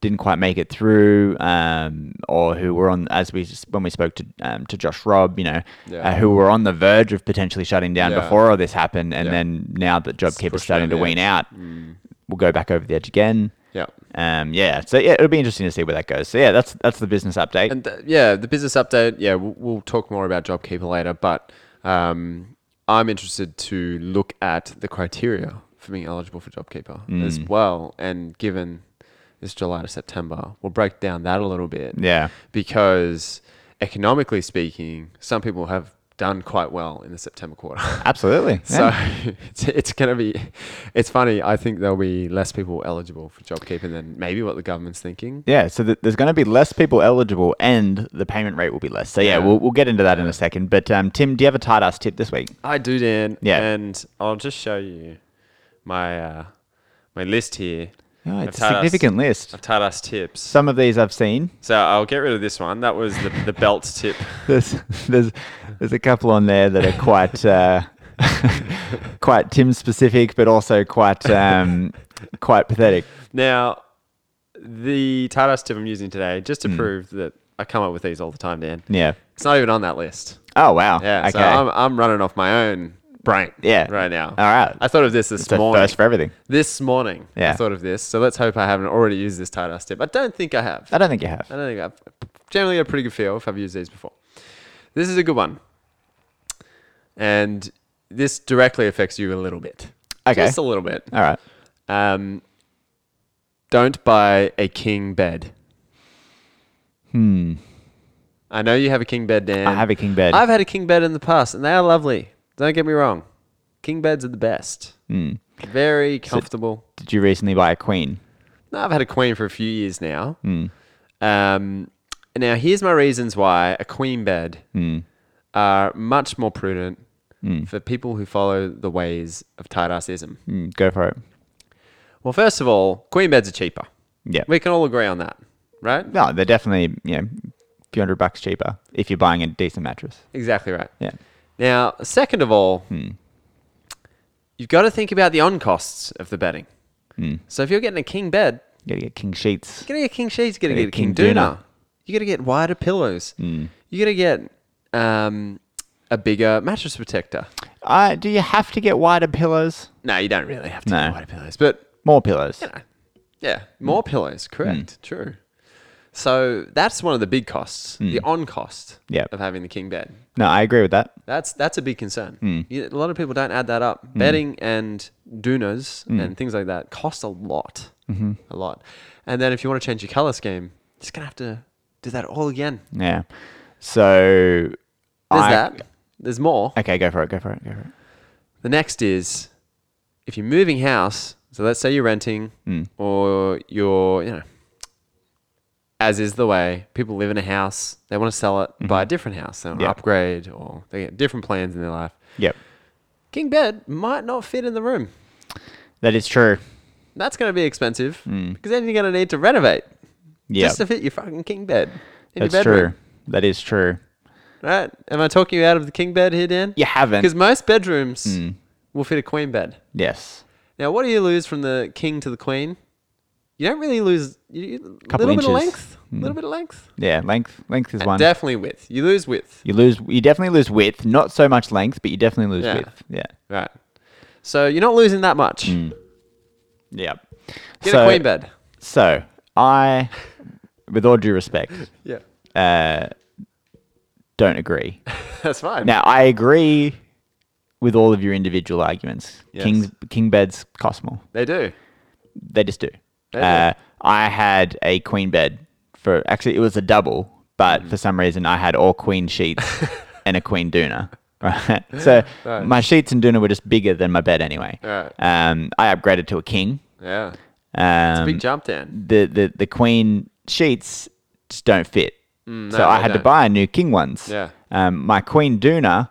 [SPEAKER 1] didn't quite make it through, um, or who were on as we just, when we spoke to um, to Josh Robb, you know,
[SPEAKER 2] Yeah.
[SPEAKER 1] uh, who were on the verge of potentially shutting down
[SPEAKER 2] Yeah.
[SPEAKER 1] before all this happened, and
[SPEAKER 2] Yeah.
[SPEAKER 1] then now that JobKeeper's
[SPEAKER 2] pushed Mm.
[SPEAKER 1] starting
[SPEAKER 2] around
[SPEAKER 1] to
[SPEAKER 2] the
[SPEAKER 1] wean out, we'll go back over the edge again.
[SPEAKER 2] Yeah.
[SPEAKER 1] Um, yeah, so yeah, it'll be interesting to see where that goes. So yeah, that's that's the business update.
[SPEAKER 2] And th- yeah, the business update. Yeah, we'll, we'll talk more about JobKeeper later, but um, I'm interested to look at the criteria for being eligible for JobKeeper as well. And given this July to September, we'll break down that a little bit.
[SPEAKER 1] yeah,
[SPEAKER 2] Because economically speaking, some people have done quite well in the September quarter. [laughs]
[SPEAKER 1] absolutely.
[SPEAKER 2] So
[SPEAKER 1] Yeah.
[SPEAKER 2] it's, it's going to be, it's funny. I think there'll be less people eligible for JobKeeper than maybe what the government's thinking.
[SPEAKER 1] Yeah, so th- there's going to be less people eligible, and the payment rate will be less. So yeah,
[SPEAKER 2] Yeah.
[SPEAKER 1] we'll, we'll get into that in a second. But um, Tim, do you have a tight ass tip this week?
[SPEAKER 2] I do, Dan.
[SPEAKER 1] Yeah.
[SPEAKER 2] And I'll just show you my uh, my list here.
[SPEAKER 1] Oh, it's
[SPEAKER 2] I've
[SPEAKER 1] a
[SPEAKER 2] tied us-
[SPEAKER 1] significant list.
[SPEAKER 2] I've tied us tips.
[SPEAKER 1] Some of these I've seen. [laughs]
[SPEAKER 2] So I'll get rid of this one. That was the, the belt tip.
[SPEAKER 1] There's there's there's a couple on there that are quite uh, [laughs] quite Tim specific, but also quite um, quite pathetic.
[SPEAKER 2] Now, the tied us tip I'm using today, just
[SPEAKER 1] Hmm.
[SPEAKER 2] to prove that I come up with these all the time, Dan.
[SPEAKER 1] Yeah.
[SPEAKER 2] It's not even on that list.
[SPEAKER 1] Oh wow.
[SPEAKER 2] Yeah.
[SPEAKER 1] Okay.
[SPEAKER 2] So I'm, I'm running off my own brain.
[SPEAKER 1] Yeah.
[SPEAKER 2] Right now.
[SPEAKER 1] All right.
[SPEAKER 2] I thought of this this
[SPEAKER 1] it's a
[SPEAKER 2] morning.
[SPEAKER 1] first for everything.
[SPEAKER 2] this morning
[SPEAKER 1] Yeah.
[SPEAKER 2] I thought of this. So let's hope I haven't already used this tight ass tip. I don't think I have.
[SPEAKER 1] I don't think you
[SPEAKER 2] I
[SPEAKER 1] have.
[SPEAKER 2] don't think I've generally got a pretty good feel if I've used these before. This is a good one. And this directly affects you a little bit.
[SPEAKER 1] Okay.
[SPEAKER 2] Just a little bit.
[SPEAKER 1] All right.
[SPEAKER 2] Um, don't buy a king bed.
[SPEAKER 1] Hmm.
[SPEAKER 2] I know you have a king bed, Dan.
[SPEAKER 1] I have a king bed.
[SPEAKER 2] I've had a king bed in the past, and they are lovely. Don't get me wrong. King beds are the best.
[SPEAKER 1] Hmm.
[SPEAKER 2] Very comfortable.
[SPEAKER 1] Did you recently buy a queen?
[SPEAKER 2] No, I've had a queen for a few years now.
[SPEAKER 1] Hmm.
[SPEAKER 2] Um, now, here's my reasons why a queen bed
[SPEAKER 1] Hmm.
[SPEAKER 2] are much more prudent for people who follow the ways of tight assism.
[SPEAKER 1] Mm, go for it.
[SPEAKER 2] Well, first of all, queen beds are cheaper.
[SPEAKER 1] Yeah.
[SPEAKER 2] We can all agree on that. right?
[SPEAKER 1] No, they're definitely you know a few hundred bucks cheaper if you're buying a decent mattress.
[SPEAKER 2] Exactly right.
[SPEAKER 1] Yeah.
[SPEAKER 2] Now, second of all, you've got to think about the on costs of the bedding. So if you're getting a king bed,
[SPEAKER 1] You gotta get king sheets.
[SPEAKER 2] you're gonna get king sheets, you're gonna
[SPEAKER 1] Yeah,
[SPEAKER 2] get a king,
[SPEAKER 1] king
[SPEAKER 2] doona.
[SPEAKER 1] doona.
[SPEAKER 2] You're gonna get wider pillows. You're gonna get um, a bigger mattress protector.
[SPEAKER 1] Uh, do you have to get wider pillows?
[SPEAKER 2] No, you don't really have to
[SPEAKER 1] No.
[SPEAKER 2] get wider pillows, but
[SPEAKER 1] More pillows.
[SPEAKER 2] you know, yeah, more
[SPEAKER 1] Hmm.
[SPEAKER 2] pillows. Correct. True. So that's one of the big costs, the on cost
[SPEAKER 1] Hmm. Yep.
[SPEAKER 2] of having the king bed.
[SPEAKER 1] No, I agree with that.
[SPEAKER 2] That's that's a big concern.
[SPEAKER 1] Hmm.
[SPEAKER 2] You- a lot of people don't add that up. Bedding and doonas
[SPEAKER 1] Hmm.
[SPEAKER 2] and things like that cost a lot, mm-hmm. a lot. And then if you want to change your color scheme, you're just gonna have to do that all again.
[SPEAKER 1] Yeah. So
[SPEAKER 2] There's
[SPEAKER 1] I-
[SPEAKER 2] that. There's more.
[SPEAKER 1] Okay, go for it. Go for it. Go for it.
[SPEAKER 2] The next is if you're moving house. So let's say you're renting,
[SPEAKER 1] Mm.
[SPEAKER 2] or you're you know, as is the way people live in a house. They want to sell it, buy a different house, they want
[SPEAKER 1] Mm-hmm. Yeah.
[SPEAKER 2] to upgrade, or they get different plans in their life.
[SPEAKER 1] Yep.
[SPEAKER 2] King bed might not fit in the room.
[SPEAKER 1] That is true.
[SPEAKER 2] That's going to be expensive because then you're going to need to renovate
[SPEAKER 1] Mm. Yeah.
[SPEAKER 2] just to fit your fucking king bed in
[SPEAKER 1] That's
[SPEAKER 2] your
[SPEAKER 1] true.
[SPEAKER 2] bedroom.
[SPEAKER 1] That is true.
[SPEAKER 2] Right? Am I talking you out of the king bed here, Dan?
[SPEAKER 1] You haven't.
[SPEAKER 2] Because most bedrooms
[SPEAKER 1] Mm.
[SPEAKER 2] will fit a queen bed.
[SPEAKER 1] Yes.
[SPEAKER 2] Now, what do you lose from the king to the queen? You don't really lose a
[SPEAKER 1] Couple
[SPEAKER 2] little bit of
[SPEAKER 1] inches.
[SPEAKER 2] length, a little bit of length,
[SPEAKER 1] Yeah. Length. Length is
[SPEAKER 2] And
[SPEAKER 1] one.
[SPEAKER 2] definitely width. You lose width,
[SPEAKER 1] you lose. You definitely lose width. Not so much length, but you definitely lose
[SPEAKER 2] Yeah.
[SPEAKER 1] width. Yeah.
[SPEAKER 2] right? So you're not losing that much.
[SPEAKER 1] Mm. Yeah.
[SPEAKER 2] Get a queen bed.
[SPEAKER 1] So I, with all due respect,
[SPEAKER 2] Yeah,
[SPEAKER 1] don't agree.
[SPEAKER 2] [laughs] that's fine.
[SPEAKER 1] Now I agree with all of your individual arguments.
[SPEAKER 2] Yes.
[SPEAKER 1] Kings, king beds cost more.
[SPEAKER 2] they do.
[SPEAKER 1] They just do.
[SPEAKER 2] They do.
[SPEAKER 1] Uh, I had a queen bed for actually it was a double, but
[SPEAKER 2] Mm.
[SPEAKER 1] for some reason I had all queen
[SPEAKER 2] [laughs]
[SPEAKER 1] sheets and a queen doona. [laughs] Right, so
[SPEAKER 2] Right.
[SPEAKER 1] my sheets and doona were just bigger than my bed anyway.
[SPEAKER 2] Right.
[SPEAKER 1] Um, I upgraded to a king.
[SPEAKER 2] Yeah,
[SPEAKER 1] Um,
[SPEAKER 2] big jump, Dan.
[SPEAKER 1] the, the the queen sheets just don't fit. so
[SPEAKER 2] Mm, no,
[SPEAKER 1] I
[SPEAKER 2] they
[SPEAKER 1] had to
[SPEAKER 2] don't.
[SPEAKER 1] buy new king ones.
[SPEAKER 2] Yeah.
[SPEAKER 1] Um, my queen doona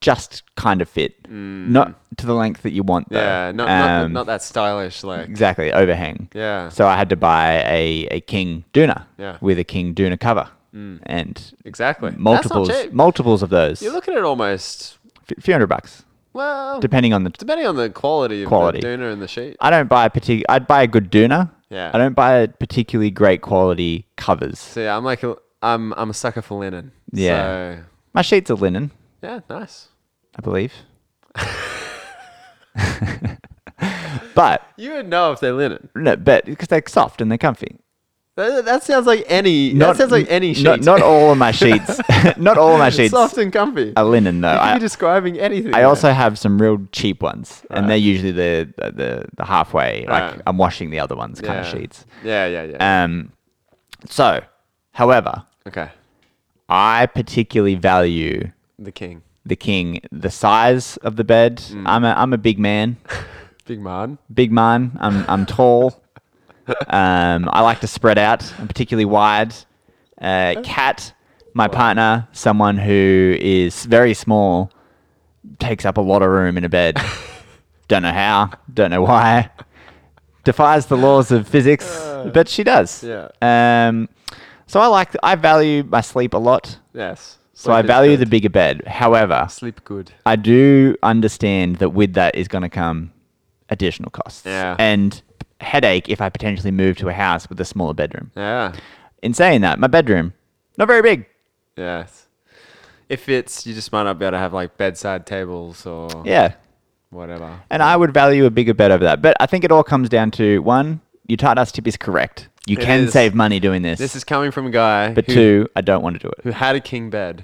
[SPEAKER 1] just kind of fit, not to the length that you want. Though.
[SPEAKER 2] Mm. Yeah, not, not
[SPEAKER 1] uh, Um,
[SPEAKER 2] not that stylish, like
[SPEAKER 1] exactly overhang.
[SPEAKER 2] Yeah.
[SPEAKER 1] So I had to buy a, a king doona
[SPEAKER 2] Yeah.
[SPEAKER 1] with a king doona cover and
[SPEAKER 2] exactly
[SPEAKER 1] multiples
[SPEAKER 2] That's not cheap.
[SPEAKER 1] multiples of those.
[SPEAKER 2] You're looking at almost
[SPEAKER 1] a few hundred bucks
[SPEAKER 2] well,
[SPEAKER 1] depending on the.
[SPEAKER 2] depending on the quality of
[SPEAKER 1] Quality.
[SPEAKER 2] the doona and the sheet.
[SPEAKER 1] I don't buy a particular. I'd buy a good doona.
[SPEAKER 2] Yeah.
[SPEAKER 1] I don't buy a particularly great quality covers.
[SPEAKER 2] So yeah, I'm like a, I'm I'm a sucker for linen.
[SPEAKER 1] Yeah.
[SPEAKER 2] So,
[SPEAKER 1] My sheets are linen.
[SPEAKER 2] yeah, nice.
[SPEAKER 1] I believe. but
[SPEAKER 2] You would know if they're linen.
[SPEAKER 1] no, but because they're soft and they're comfy.
[SPEAKER 2] That, that sounds like any. that sounds like any sheet.
[SPEAKER 1] Not,
[SPEAKER 2] [laughs]
[SPEAKER 1] not all of my sheets. [laughs] not all of my sheets
[SPEAKER 2] soft and comfy.
[SPEAKER 1] are linen though.
[SPEAKER 2] you could
[SPEAKER 1] I,
[SPEAKER 2] be describing anything.
[SPEAKER 1] I
[SPEAKER 2] there.
[SPEAKER 1] also have some real cheap ones, and they're usually the the, the, the halfway. Like
[SPEAKER 2] Right.
[SPEAKER 1] I'm washing the other ones kind
[SPEAKER 2] yeah.
[SPEAKER 1] of sheets.
[SPEAKER 2] Yeah, yeah, yeah.
[SPEAKER 1] Um, so, however,
[SPEAKER 2] okay,
[SPEAKER 1] I particularly value
[SPEAKER 2] the king,
[SPEAKER 1] the king, the size of the bed.
[SPEAKER 2] Mm.
[SPEAKER 1] I'm a I'm a big man.
[SPEAKER 2] big man.
[SPEAKER 1] big man. I'm I'm tall. um, I like to spread out. I'm particularly wide. Uh,
[SPEAKER 2] Oh.
[SPEAKER 1] Cat, my partner, someone who is very small, takes up a lot of room in a bed.
[SPEAKER 2] [laughs]
[SPEAKER 1] don't know how. Don't know why. Defies the laws of physics, but she does.
[SPEAKER 2] Uh, Yeah.
[SPEAKER 1] Um, so I like. I value my sleep a lot.
[SPEAKER 2] Yes.
[SPEAKER 1] So I
[SPEAKER 2] Sleep is
[SPEAKER 1] value the
[SPEAKER 2] good.
[SPEAKER 1] bigger bed. However,
[SPEAKER 2] sleep good.
[SPEAKER 1] I do understand that with that is going to come additional costs
[SPEAKER 2] Yeah.
[SPEAKER 1] and headache if I potentially move to a house with a smaller bedroom.
[SPEAKER 2] Yeah.
[SPEAKER 1] In saying that, my bedroom not very big.
[SPEAKER 2] Yes. If it's, you just might not be able to have like bedside tables or
[SPEAKER 1] Yeah,
[SPEAKER 2] whatever.
[SPEAKER 1] and I would value a bigger bed over that. But I think it all comes down to one: your Tardas tip is correct. You
[SPEAKER 2] It
[SPEAKER 1] can
[SPEAKER 2] is.
[SPEAKER 1] save money doing this.
[SPEAKER 2] This is coming from a guy
[SPEAKER 1] but
[SPEAKER 2] who,
[SPEAKER 1] two, Hmm. I don't want to do
[SPEAKER 2] who
[SPEAKER 1] it.
[SPEAKER 2] had a king bed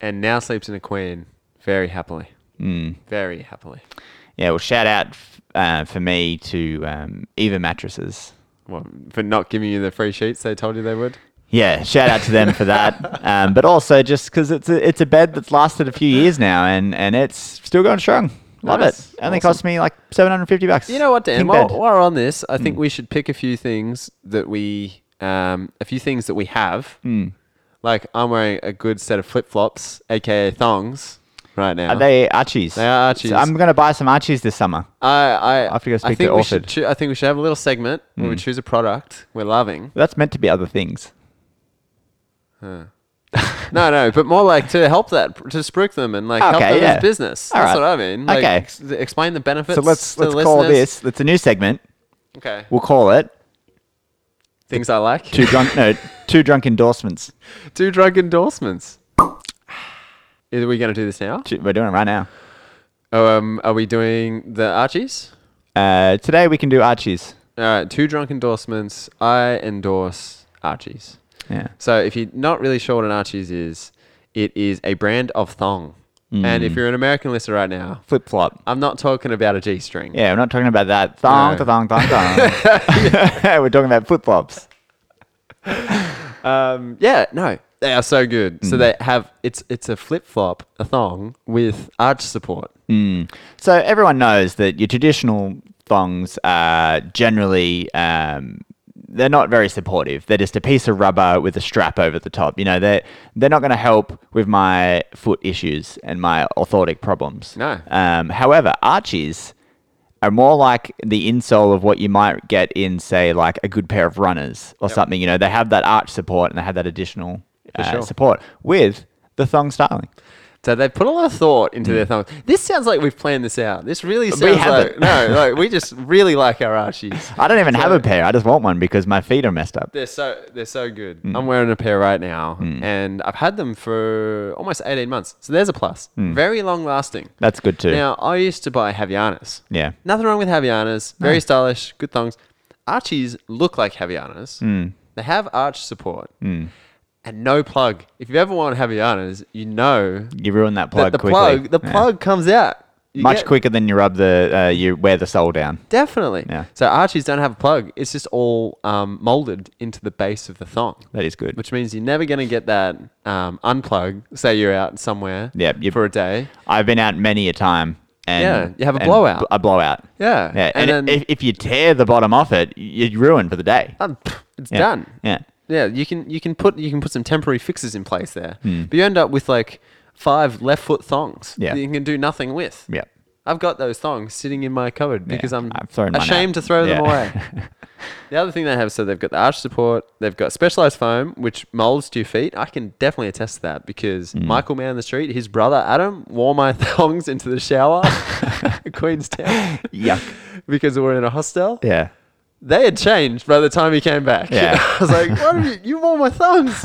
[SPEAKER 2] and now sleeps in a queen very happily.
[SPEAKER 1] Hmm.
[SPEAKER 2] Mm. Very happily.
[SPEAKER 1] Yeah, well, shout out f- uh, for me to um, Eva Mattresses.
[SPEAKER 2] Well, for not giving you the free sheets they told you they would.
[SPEAKER 1] Yeah, shout out to them for
[SPEAKER 2] [laughs]
[SPEAKER 1] that. Um, but also just because it's a, it's a bed that's lasted a few years now and, and it's still going strong. Love
[SPEAKER 2] Nice.
[SPEAKER 1] it. Only cost me like 750 bucks.
[SPEAKER 2] You know what, Dan?
[SPEAKER 1] King
[SPEAKER 2] While,
[SPEAKER 1] bed. Hmm.
[SPEAKER 2] while we're on this, I think we should pick a few things that we, um, a few things
[SPEAKER 1] Hmm.
[SPEAKER 2] that we have. Like I'm wearing a good set of flip flops, aka thongs. right now.
[SPEAKER 1] Are Uh, they Archies?
[SPEAKER 2] They are Archies.
[SPEAKER 1] So I'm going to buy some Archies this summer.
[SPEAKER 2] I, I,
[SPEAKER 1] I have to Hmm. go speak to
[SPEAKER 2] think we should
[SPEAKER 1] Orford.
[SPEAKER 2] choo- I think we should have a little segment where we choose a product we're loving.
[SPEAKER 1] That's meant to be other things.
[SPEAKER 2] No, no, but more like to help that to spruik them and like help
[SPEAKER 1] Okay,
[SPEAKER 2] them
[SPEAKER 1] yeah.
[SPEAKER 2] as business.
[SPEAKER 1] All
[SPEAKER 2] That's
[SPEAKER 1] right.
[SPEAKER 2] what I mean. Like,
[SPEAKER 1] Okay.
[SPEAKER 2] ex- explain the benefits.
[SPEAKER 1] so let's
[SPEAKER 2] to the
[SPEAKER 1] let's call
[SPEAKER 2] listeners.
[SPEAKER 1] this. It's a new segment.
[SPEAKER 2] okay.
[SPEAKER 1] We'll call it
[SPEAKER 2] Things I like.
[SPEAKER 1] two drunk no [laughs] two drunk endorsements.
[SPEAKER 2] Two drug endorsements. [sighs] Are we going to do this now?
[SPEAKER 1] Two- We're doing it right now.
[SPEAKER 2] Um, are we doing the Archies?
[SPEAKER 1] Uh, today we can do Archies.
[SPEAKER 2] All right, two drunk endorsements. I endorse Archies.
[SPEAKER 1] Yeah.
[SPEAKER 2] So if you're not really sure what an Archies is, it is a brand of thong. And
[SPEAKER 1] Mm.
[SPEAKER 2] if you're an American listener right now,
[SPEAKER 1] Flip flop.
[SPEAKER 2] I'm not talking about a G-string.
[SPEAKER 1] Yeah, we're not talking about that. Thong,
[SPEAKER 2] No.
[SPEAKER 1] thong, thong, thong. [laughs]
[SPEAKER 2] [laughs]
[SPEAKER 1] we're talking about flip flops.
[SPEAKER 2] Um, yeah, no, they are so good.
[SPEAKER 1] Mm.
[SPEAKER 2] So they have it's it's a flip flop, a thong with arch support.
[SPEAKER 1] So everyone knows that your traditional thongs are generally um, they're not very supportive. They're just a piece of rubber with a strap over the top. You know, they're they're not going to help with my foot issues and my orthotic problems.
[SPEAKER 2] No.
[SPEAKER 1] Um, however, arches are more like the insole of what you might get in, say, like a good pair of runners or something. You know, they have that arch support and they have that additional
[SPEAKER 2] For
[SPEAKER 1] uh,
[SPEAKER 2] sure.
[SPEAKER 1] support with the thong styling.
[SPEAKER 2] So they put a lot of thought into their thong. This sounds like we've planned this out. This really sounds
[SPEAKER 1] Mm.
[SPEAKER 2] like
[SPEAKER 1] haven't.
[SPEAKER 2] no, like we just really like our archies.
[SPEAKER 1] I don't even have
[SPEAKER 2] So-
[SPEAKER 1] a pair. I just want one because my feet are messed up.
[SPEAKER 2] They're so they're so good.
[SPEAKER 1] Mm.
[SPEAKER 2] I'm wearing a pair right now, and I've had them for almost 18 months. So there's a plus.
[SPEAKER 1] Mm.
[SPEAKER 2] Very long lasting.
[SPEAKER 1] That's good too.
[SPEAKER 2] Now I used to buy Havianas.
[SPEAKER 1] Yeah.
[SPEAKER 2] Nothing wrong with Havianas. Very stylish, good thongs. Archies look like Havianas.
[SPEAKER 1] Mm.
[SPEAKER 2] They have arch support. And no plug. If you've ever worn Havianas, you know
[SPEAKER 1] You ruin that plug
[SPEAKER 2] that the
[SPEAKER 1] quickly.
[SPEAKER 2] plug the
[SPEAKER 1] Yeah.
[SPEAKER 2] plug comes out. You
[SPEAKER 1] much
[SPEAKER 2] get-
[SPEAKER 1] quicker than you rub the uh, you wear the sole down.
[SPEAKER 2] Definitely.
[SPEAKER 1] Yeah.
[SPEAKER 2] So Archies don't have a plug. It's just all um, molded into the base of the thong.
[SPEAKER 1] That is good.
[SPEAKER 2] Which means you're never going to get that um, unplug. Say you're out somewhere
[SPEAKER 1] Yeah, you-
[SPEAKER 2] for a day.
[SPEAKER 1] I've been out many a time. And,
[SPEAKER 2] Yeah, you have a
[SPEAKER 1] and
[SPEAKER 2] blowout.
[SPEAKER 1] bl- A blowout.
[SPEAKER 2] Yeah.
[SPEAKER 1] Yeah. And,
[SPEAKER 2] And then-
[SPEAKER 1] if, if you tear the bottom off it, y- you're ruined for the day.
[SPEAKER 2] Um, pff, it's
[SPEAKER 1] Yeah.
[SPEAKER 2] done.
[SPEAKER 1] Yeah.
[SPEAKER 2] Yeah, you can you can put you can put some temporary fixes in place there, but you end up with like five left foot thongs
[SPEAKER 1] Hmm. Yeah.
[SPEAKER 2] that you can do nothing with.
[SPEAKER 1] Yeah.
[SPEAKER 2] I've got those thongs sitting in my cupboard because I'm
[SPEAKER 1] I've thrown mine out.
[SPEAKER 2] ashamed to throw them
[SPEAKER 1] Yeah. [laughs]
[SPEAKER 2] away. the other thing they have, so they've got the arch support, they've got specialized foam which molds to your feet. I can definitely attest to that because
[SPEAKER 1] Mm.
[SPEAKER 2] Michael Man on the street, his brother Adam wore my [laughs] thongs into
[SPEAKER 1] [laughs]
[SPEAKER 2] the shower at Queenstown
[SPEAKER 1] Yuck.
[SPEAKER 2] because we were in a hostel
[SPEAKER 1] Yeah.
[SPEAKER 2] they had changed by the time he came back.
[SPEAKER 1] Yeah.
[SPEAKER 2] [laughs] I was like, what have you, you wore my
[SPEAKER 1] [laughs]
[SPEAKER 2] thongs.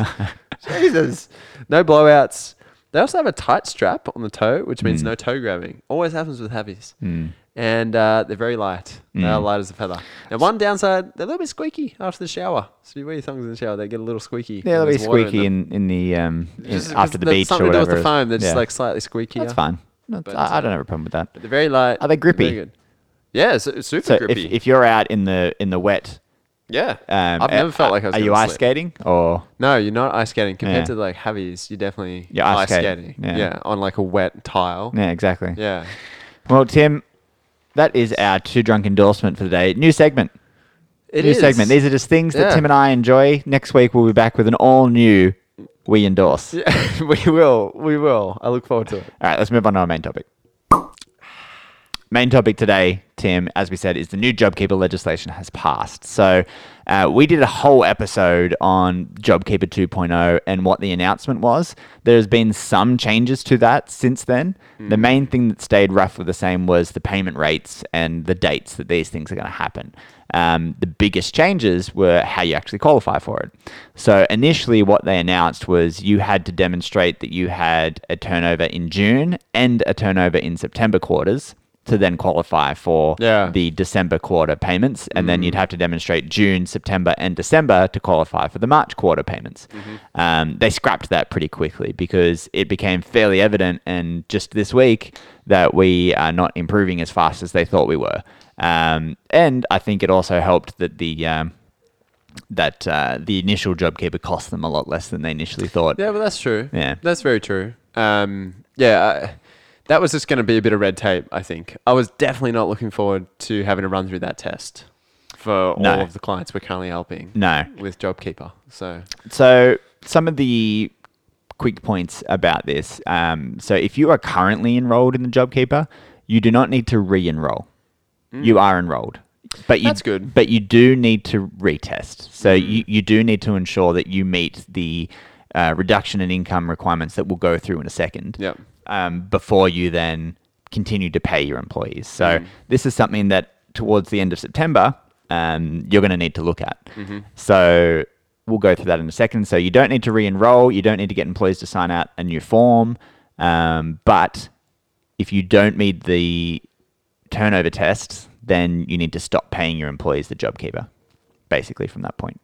[SPEAKER 2] Jesus. No blowouts. They also have a tight strap on the toe, which means
[SPEAKER 1] Mm.
[SPEAKER 2] no toe grabbing. Always happens with heavies. And uh, they're very light. They
[SPEAKER 1] Mm.
[SPEAKER 2] are light as a feather. Now, one downside, they're a little bit squeaky after the shower. So if you wear your thongs in the shower, they get a little squeaky.
[SPEAKER 1] Yeah, they'll
[SPEAKER 2] when
[SPEAKER 1] be
[SPEAKER 2] there's water in
[SPEAKER 1] squeaky
[SPEAKER 2] them.
[SPEAKER 1] in, in the um in-
[SPEAKER 2] Just 'cause
[SPEAKER 1] after the
[SPEAKER 2] that's
[SPEAKER 1] beach or
[SPEAKER 2] something to do
[SPEAKER 1] whatever.
[SPEAKER 2] with the foam. They're just
[SPEAKER 1] Yeah.
[SPEAKER 2] like slightly squeaky.
[SPEAKER 1] that's fine. That's-
[SPEAKER 2] But,
[SPEAKER 1] I, I don't have a problem with that.
[SPEAKER 2] They're very light.
[SPEAKER 1] Are they
[SPEAKER 2] They're
[SPEAKER 1] grippy?
[SPEAKER 2] very good. Yeah, it's it's super
[SPEAKER 1] So if,
[SPEAKER 2] grippy.
[SPEAKER 1] if you're out in the in the wet,
[SPEAKER 2] yeah.
[SPEAKER 1] um,
[SPEAKER 2] I've never
[SPEAKER 1] uh,
[SPEAKER 2] felt like I was
[SPEAKER 1] are you
[SPEAKER 2] gonna
[SPEAKER 1] ice
[SPEAKER 2] slip.
[SPEAKER 1] skating or
[SPEAKER 2] No, you're not ice skating. Compared
[SPEAKER 1] Yeah.
[SPEAKER 2] to like heavies, you're definitely
[SPEAKER 1] You're ice
[SPEAKER 2] ice
[SPEAKER 1] skating,
[SPEAKER 2] skating.
[SPEAKER 1] yeah.
[SPEAKER 2] Yeah. on like a wet tile. Yeah.
[SPEAKER 1] yeah exactly Well, Tim, that is our two drunk endorsement for the day. New segment.
[SPEAKER 2] It
[SPEAKER 1] new
[SPEAKER 2] is.
[SPEAKER 1] segment. These are just things that
[SPEAKER 2] Yeah.
[SPEAKER 1] Tim and I enjoy. Next week we'll be back with an all new we endorse.
[SPEAKER 2] [laughs] Yeah, we will. We will. I look forward to it.
[SPEAKER 1] All right, let's move on to our main topic. Main topic today, Tim, as we said, is the new JobKeeper legislation has passed. So uh, we did a whole episode on JobKeeper 2.0 and what the announcement was. There's been some changes to that since then. The main thing that stayed roughly the same was the payment rates and the dates that these things are going to happen. Um, the biggest changes were how you actually qualify for it. So initially, what they announced was you had to demonstrate that you had a turnover in June and a turnover in September quarters to then qualify for
[SPEAKER 2] Yeah. Mm-hmm.
[SPEAKER 1] the December quarter payments. And then you'd have to demonstrate June, September, and December to qualify for the March quarter payments.
[SPEAKER 2] Mm-hmm.
[SPEAKER 1] Um, they scrapped that pretty quickly because it became fairly evident, and just this week, that we are not improving as fast as they thought we were. Um, and I think it also helped that the. Um, that uh, the initial JobKeeper cost them a lot less than they initially thought.
[SPEAKER 2] Yeah, but that's true.
[SPEAKER 1] Yeah.
[SPEAKER 2] that's very true. Um, yeah, I, that was just going to be a bit of red tape. I think I was definitely not looking forward to having to run through that test for
[SPEAKER 1] No.
[SPEAKER 2] all of the clients we're currently helping.
[SPEAKER 1] No.
[SPEAKER 2] with JobKeeper. So
[SPEAKER 1] So some of the quick points about this. Um, so if you are currently enrolled in the JobKeeper, you do not need to re-enroll. You are enrolled. But you,
[SPEAKER 2] Mm. That's good. Mm.
[SPEAKER 1] But you do need to retest. So you, you do need to ensure that you meet the uh, reduction in income requirements that we'll go through in a second
[SPEAKER 2] Yep.
[SPEAKER 1] um, before you then continue to pay your employees. So
[SPEAKER 2] Mm-hmm.
[SPEAKER 1] this is something that towards the end of September um, you're going to need to look at.
[SPEAKER 2] Mm-hmm.
[SPEAKER 1] So we'll go through that in a second. So you don't need to re-enroll. You don't need to get employees to sign out a new form. Um, but if you don't meet the turnover tests, then you need to stop paying your employees the JobKeeper, basically from that point.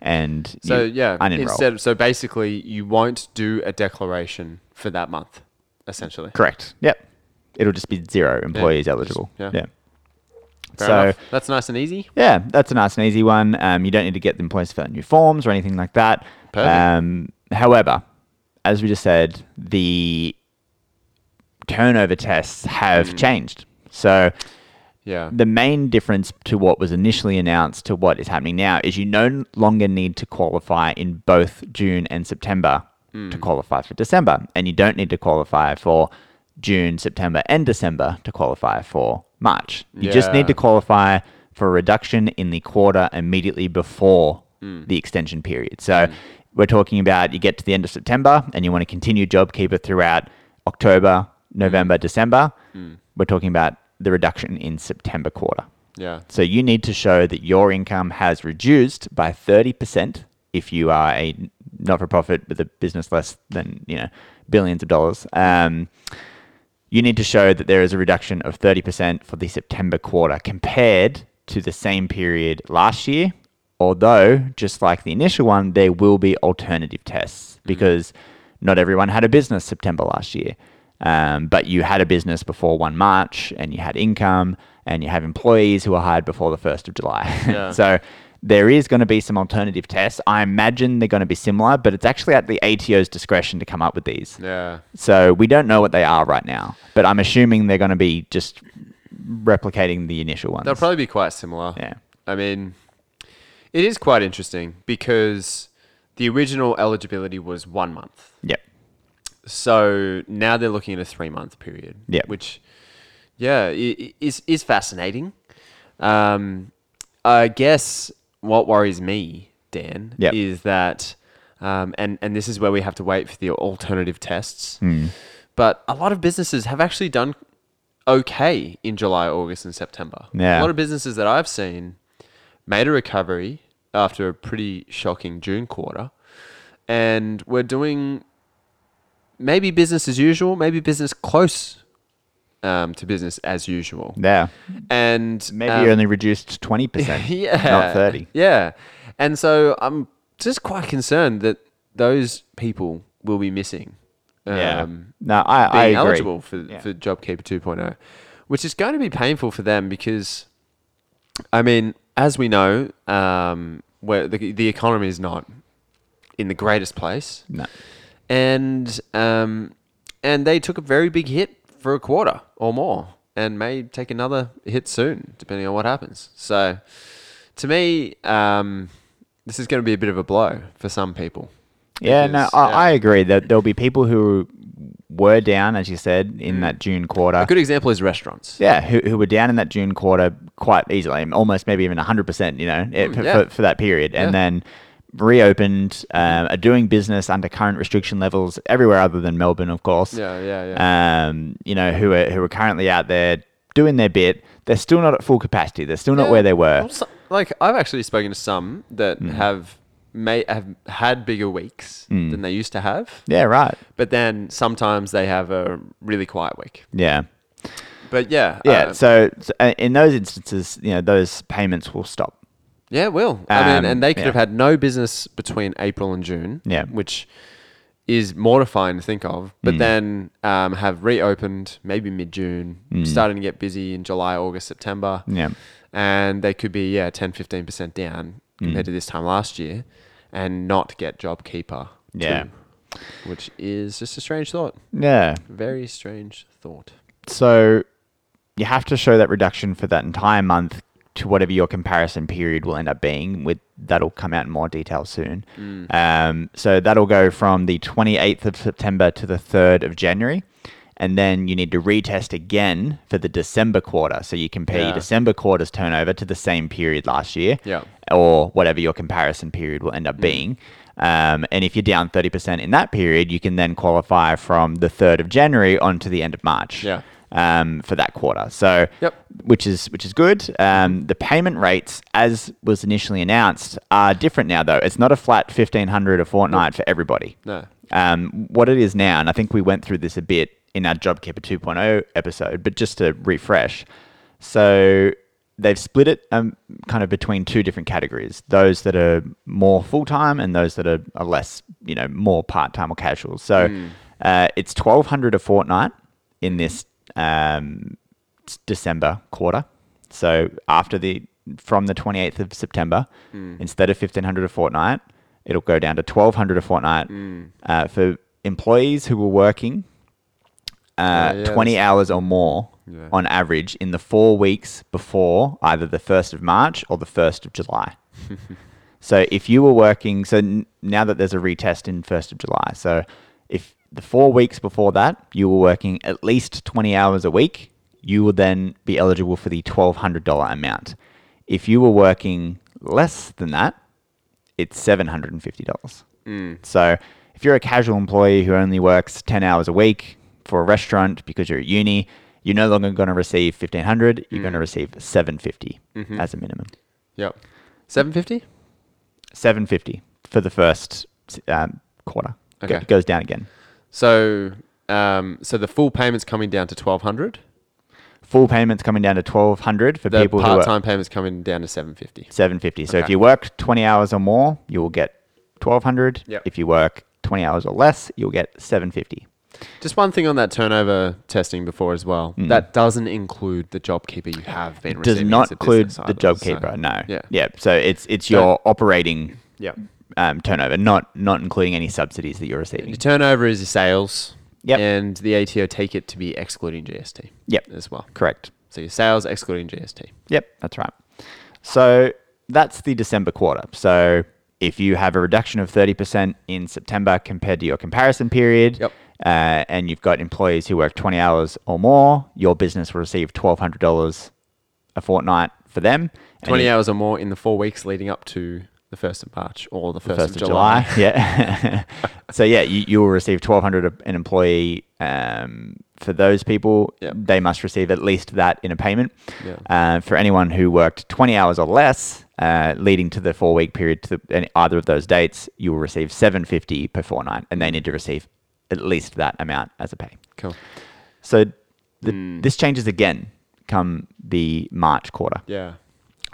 [SPEAKER 1] And
[SPEAKER 2] So
[SPEAKER 1] you
[SPEAKER 2] yeah,
[SPEAKER 1] unenroll.
[SPEAKER 2] instead of, so basically you won't do a declaration for that month, essentially.
[SPEAKER 1] Correct. Yep. It'll just be zero employees
[SPEAKER 2] just-
[SPEAKER 1] eligible.
[SPEAKER 2] yeah.
[SPEAKER 1] yeah.
[SPEAKER 2] Fair
[SPEAKER 1] so
[SPEAKER 2] enough. that's nice and easy.
[SPEAKER 1] yeah, that's a nice and easy one. Um, you don't need to get the employees to fill out new forms or anything like that.
[SPEAKER 2] Perfect.
[SPEAKER 1] Um, however, as we just said, the turnover tests have
[SPEAKER 2] Mm.
[SPEAKER 1] changed. So
[SPEAKER 2] Yeah.
[SPEAKER 1] the main difference to what was initially announced to what is happening now is you no longer need to qualify in both June and September to qualify for December, and you don't need to qualify for June, September, and December to qualify for March. You just need
[SPEAKER 2] Yeah.
[SPEAKER 1] to qualify for a reduction in the quarter immediately before the extension period. So we're talking about you get to the end of September and you want to continue JobKeeper throughout October, November, December. We're talking about the reduction in September quarter.
[SPEAKER 2] Yeah.
[SPEAKER 1] So you need to show that your income has reduced by 30% if you are a not for profit with a business less than, you know, billions of dollars. Um, you need to show that there is a reduction of 30% for the September quarter compared to the same period last year. Although, just like the initial one, there will be alternative tests because not everyone had a business September last year. Um, but you had a business before 1 March and you had income and you have employees who were hired before the 1st of July. [laughs]
[SPEAKER 2] Yeah.
[SPEAKER 1] so there is going to be some alternative tests. I imagine they're going to be similar, but it's actually at the ATO's discretion to come up with these.
[SPEAKER 2] Yeah.
[SPEAKER 1] So we don't know what they are right now, but I'm assuming they're going to be just replicating the initial ones.
[SPEAKER 2] They'll probably be quite similar.
[SPEAKER 1] Yeah.
[SPEAKER 2] I mean, it is quite interesting because the original eligibility was one month.
[SPEAKER 1] Yep.
[SPEAKER 2] So now they're looking at a three month period.
[SPEAKER 1] Yeah.
[SPEAKER 2] Which, yeah, i- i- is is fascinating. Um, I guess what worries me, Dan,
[SPEAKER 1] Yep.
[SPEAKER 2] is that, um, and and this is where we have to wait for the alternative tests.
[SPEAKER 1] Hmm.
[SPEAKER 2] But a lot of businesses have actually done okay in July, August, and September.
[SPEAKER 1] Yeah.
[SPEAKER 2] A lot of businesses that I've seen made a recovery after a pretty shocking June quarter, and we're doing maybe business as usual, maybe business close um, to business as usual.
[SPEAKER 1] Yeah.
[SPEAKER 2] And
[SPEAKER 1] Maybe
[SPEAKER 2] um,
[SPEAKER 1] you only reduced
[SPEAKER 2] [laughs]
[SPEAKER 1] 20%,
[SPEAKER 2] yeah,
[SPEAKER 1] not 30.
[SPEAKER 2] Yeah, and so I'm just quite concerned that those people will be missing. um,
[SPEAKER 1] No, I, I
[SPEAKER 2] being
[SPEAKER 1] agree.
[SPEAKER 2] eligible for,
[SPEAKER 1] Yeah.
[SPEAKER 2] for JobKeeper 2.0, which is going to be painful for them because, I mean, as we know, um, where the, the economy is not in the greatest place,
[SPEAKER 1] No.
[SPEAKER 2] and um, and they took a very big hit for a quarter or more, and may take another hit soon, depending on what happens. So, to me, um, this is going to be a bit of a blow for some people.
[SPEAKER 1] Yeah, no,
[SPEAKER 2] Because,
[SPEAKER 1] I,
[SPEAKER 2] yeah.
[SPEAKER 1] I agree that there'll be people who were down, as you said, in that June quarter.
[SPEAKER 2] Mm. A good example is restaurants.
[SPEAKER 1] Yeah, who, who were down in that June quarter quite easily, um, almost maybe even 100%, you know, it,
[SPEAKER 2] Mm,
[SPEAKER 1] for,
[SPEAKER 2] yeah.
[SPEAKER 1] for, for that period. And
[SPEAKER 2] Yeah.
[SPEAKER 1] then reopened, um, are doing business under current restriction levels everywhere other than Melbourne, of course.
[SPEAKER 2] Yeah, yeah, yeah.
[SPEAKER 1] Um, you know, who are, who are currently out there doing their bit. They're still not at full capacity. They're still not
[SPEAKER 2] Yeah.
[SPEAKER 1] where they were. Mm.
[SPEAKER 2] Well, so- like I've actually spoken to some that have may have had bigger weeks than they used to have,
[SPEAKER 1] Yeah, right.
[SPEAKER 2] but then sometimes they have a really quiet week.
[SPEAKER 1] Yeah.
[SPEAKER 2] But yeah,
[SPEAKER 1] Yeah.
[SPEAKER 2] uh,
[SPEAKER 1] so, so uh, in those instances, you know, those payments will stop.
[SPEAKER 2] yeah, will I
[SPEAKER 1] Um,
[SPEAKER 2] mean, and they could
[SPEAKER 1] yeah.
[SPEAKER 2] have had no business between April and June,
[SPEAKER 1] Yeah. Mm.
[SPEAKER 2] which is mortifying to think of. But then um, have reopened maybe mid June,
[SPEAKER 1] Mm.
[SPEAKER 2] starting to get busy in July, August, September.
[SPEAKER 1] Yeah.
[SPEAKER 2] and they could be yeah 10 15% down compared
[SPEAKER 1] Mm.
[SPEAKER 2] to this time last year and not get jobkeeper
[SPEAKER 1] Yeah.
[SPEAKER 2] too, which is just a strange thought
[SPEAKER 1] Yeah.
[SPEAKER 2] very strange thought
[SPEAKER 1] so you have to show that reduction for that entire month to whatever your comparison period will end up being. With that'll come out in more detail soon.
[SPEAKER 2] Mm.
[SPEAKER 1] Um, so that'll go from the 28th of September to the 3rd of January, and then you need to retest again for the December quarter. So you compare your
[SPEAKER 2] Yeah.
[SPEAKER 1] December quarter's turnover to the same period last year,
[SPEAKER 2] Yeah. Mm.
[SPEAKER 1] or whatever your comparison period will end up being. Um, and if you're down 30% in that period, you can then qualify from the 3rd of January on to the end of March
[SPEAKER 2] Yeah.
[SPEAKER 1] um, for that quarter. So,
[SPEAKER 2] Yep.
[SPEAKER 1] which is which is good. Um, the payment rates, as was initially announced, are different now. Though it's not a flat fifteen hundred a fortnight for everybody.
[SPEAKER 2] No.
[SPEAKER 1] Um, what it is now, and I think we went through this a bit in our JobKeeper 2.0 episode, but just to refresh, so they've split it um, kind of between two different categories: those that are more full time and those that are, are less, you know, more part time or casual. So uh, it's twelve hundred a fortnight in this um, s- December quarter. So after the from the 28th of September, instead of 1500 a fortnight, it'll go down to 1200 a fortnight uh, for employees who were working uh,
[SPEAKER 2] yeah,
[SPEAKER 1] 20 hours or more
[SPEAKER 2] Yeah.
[SPEAKER 1] on average in the four weeks before either the 1st of March or the 1st of July. so if you were working, so n- now that there's a retest in 1st of July, so if the four weeks before that you were working at least 20 hours a week, you will then be eligible for the $1,200 amount. If you were working less than that, it's $750.
[SPEAKER 2] Mm.
[SPEAKER 1] So if you're a casual employee who only works 10 hours a week for a restaurant because you're at uni, you're no longer going to receive 1500, you're
[SPEAKER 2] Mm.
[SPEAKER 1] going to receive 750
[SPEAKER 2] Mm-hmm.
[SPEAKER 1] as a minimum.
[SPEAKER 2] Yep. Seven fifty.
[SPEAKER 1] 750 for the first um, quarter. Go-
[SPEAKER 2] Okay.
[SPEAKER 1] goes down again.
[SPEAKER 2] So, um, so the full payment's coming down to twelve hundred.
[SPEAKER 1] Full payments coming down to 1200 for
[SPEAKER 2] The
[SPEAKER 1] people who are
[SPEAKER 2] part-time payment's coming down to seven fifty.
[SPEAKER 1] 750. So if
[SPEAKER 2] Okay.
[SPEAKER 1] you work 20 hours or more, you will get 1200.
[SPEAKER 2] Yep.
[SPEAKER 1] If you work 20 hours or less, you'll get 750.
[SPEAKER 2] Just one thing on that turnover testing before as well. That doesn't include the JobKeeper you have been
[SPEAKER 1] Mm. Does
[SPEAKER 2] receiving.
[SPEAKER 1] not
[SPEAKER 2] as a
[SPEAKER 1] include
[SPEAKER 2] business
[SPEAKER 1] the
[SPEAKER 2] either,
[SPEAKER 1] job
[SPEAKER 2] so-
[SPEAKER 1] keeper. No.
[SPEAKER 2] Yeah.
[SPEAKER 1] Yeah. So it's it's
[SPEAKER 2] So-
[SPEAKER 1] your operating
[SPEAKER 2] Yeah.
[SPEAKER 1] um, turnover, not not including any subsidies that you're
[SPEAKER 2] Your
[SPEAKER 1] receiving.
[SPEAKER 2] turnover is your sales.
[SPEAKER 1] Yep.
[SPEAKER 2] And the ATO take it to be excluding GST.
[SPEAKER 1] Yep.
[SPEAKER 2] As well.
[SPEAKER 1] Correct.
[SPEAKER 2] So your sales excluding GST.
[SPEAKER 1] Yep, that's right. So that's the December quarter. So if you have a reduction of 30% in September compared to your comparison period,
[SPEAKER 2] Yep.
[SPEAKER 1] uh, and you've got employees who work 20 hours or more, your business will receive $1,200 a fortnight for them. And
[SPEAKER 2] Twenty
[SPEAKER 1] if-
[SPEAKER 2] hours or more in the four weeks leading up to the first of March or the first,
[SPEAKER 1] first of July. [laughs] Yeah. so yeah, you, you will receive twelve hundred an employee. Um, for those people,
[SPEAKER 2] Yep.
[SPEAKER 1] they must receive at least that in a payment.
[SPEAKER 2] Yeah.
[SPEAKER 1] Uh, for anyone who worked twenty hours or less, uh, leading to the four week period to the, any, either of those dates, you will receive seven fifty per fortnight, and they need to receive at least that amount as a pay.
[SPEAKER 2] Cool. Mm.
[SPEAKER 1] So the, this changes again come the March quarter.
[SPEAKER 2] Yeah.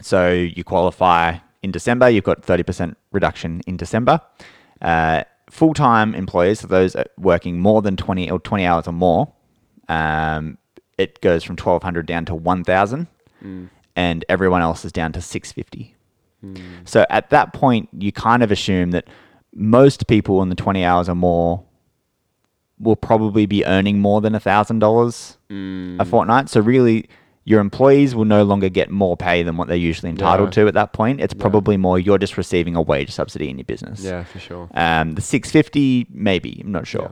[SPEAKER 1] So you qualify in December, you've got 30% reduction in December. Uh, Full time employees, so those uh, working more than 20 or 20 hours or more, um, it goes from 1200 down to 1000 and everyone else is down to 650. So at that point, you kind of assume that most people in the 20 hours or more will probably be earning more than $1,000
[SPEAKER 2] Mm.
[SPEAKER 1] a fortnight. So really, your employees will no longer get more pay than what they're usually entitled
[SPEAKER 2] Yeah.
[SPEAKER 1] to at that point. It's probably more you're just receiving a wage subsidy in your business.
[SPEAKER 2] Yeah, for sure.
[SPEAKER 1] Um, the 650, maybe. I'm not sure.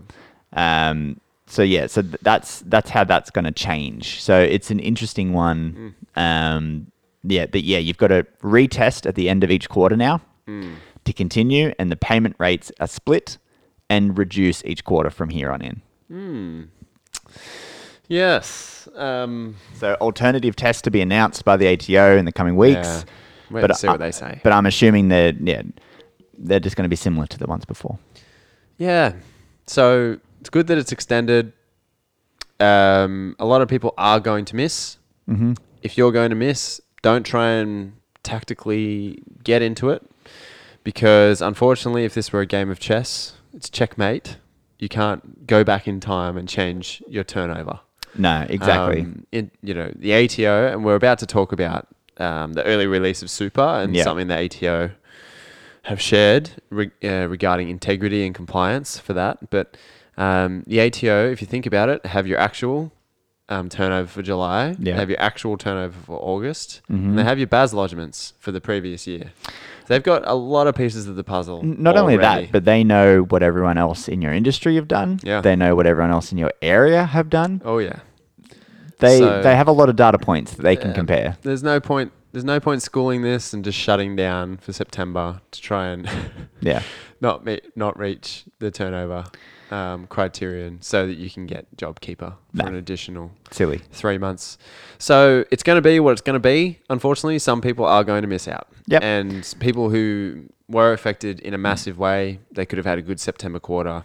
[SPEAKER 1] Um, so yeah, so th- that's that's how that's going to change. So it's an interesting one.
[SPEAKER 2] Mm.
[SPEAKER 1] Um, yeah, but yeah, you've got to retest at the end of each quarter now
[SPEAKER 2] Mm.
[SPEAKER 1] to continue, and the payment rates are split and reduce each quarter from here on in.
[SPEAKER 2] Yes. Um,
[SPEAKER 1] So alternative tests to be announced by the ATO in the coming weeks.
[SPEAKER 2] Yeah. Wait and see what
[SPEAKER 1] I-
[SPEAKER 2] they say.
[SPEAKER 1] But I'm assuming they're yeah, they're just going to be similar to the ones before.
[SPEAKER 2] yeah. So it's good that it's extended. Um, a lot of people are going to miss. Mm-hmm. If you're going to miss, don't try and tactically get into it because unfortunately, if this were a game of chess, it's checkmate. You can't go back in time and change your turnover.
[SPEAKER 1] No, exactly.
[SPEAKER 2] Um, in, you know, the ATO, and we're about to talk about um, the early release of Super and
[SPEAKER 1] Yeah.
[SPEAKER 2] something the ATO have shared re- uh, regarding integrity and compliance for that. But um, the ATO, if you think about it, have your actual um, turnover for July.
[SPEAKER 1] Yeah. Mm-hmm.
[SPEAKER 2] They have your actual turnover for August, and they have your Baz lodgements for the previous year. So they've got a lot of pieces of the puzzle.
[SPEAKER 1] Not only
[SPEAKER 2] already.
[SPEAKER 1] that, but they know what everyone else in your industry have done.
[SPEAKER 2] Yeah.
[SPEAKER 1] They know what everyone else in your area have done.
[SPEAKER 2] oh yeah,
[SPEAKER 1] They
[SPEAKER 2] so-
[SPEAKER 1] they have a lot of data points that they can
[SPEAKER 2] Yeah.
[SPEAKER 1] compare.
[SPEAKER 2] There's no point. There's no point schooling this and just shutting down for September to try and [laughs]
[SPEAKER 1] Yeah.
[SPEAKER 2] not meet, not reach the turnover um, criterion, so that you can get JobKeeper for
[SPEAKER 1] No.
[SPEAKER 2] an additional
[SPEAKER 1] Silly.
[SPEAKER 2] three months. So it's going to be what it's going to be. Unfortunately, some people are going to miss out.
[SPEAKER 1] Yep.
[SPEAKER 2] And people who were affected in a massive way, they could have had a good September quarter.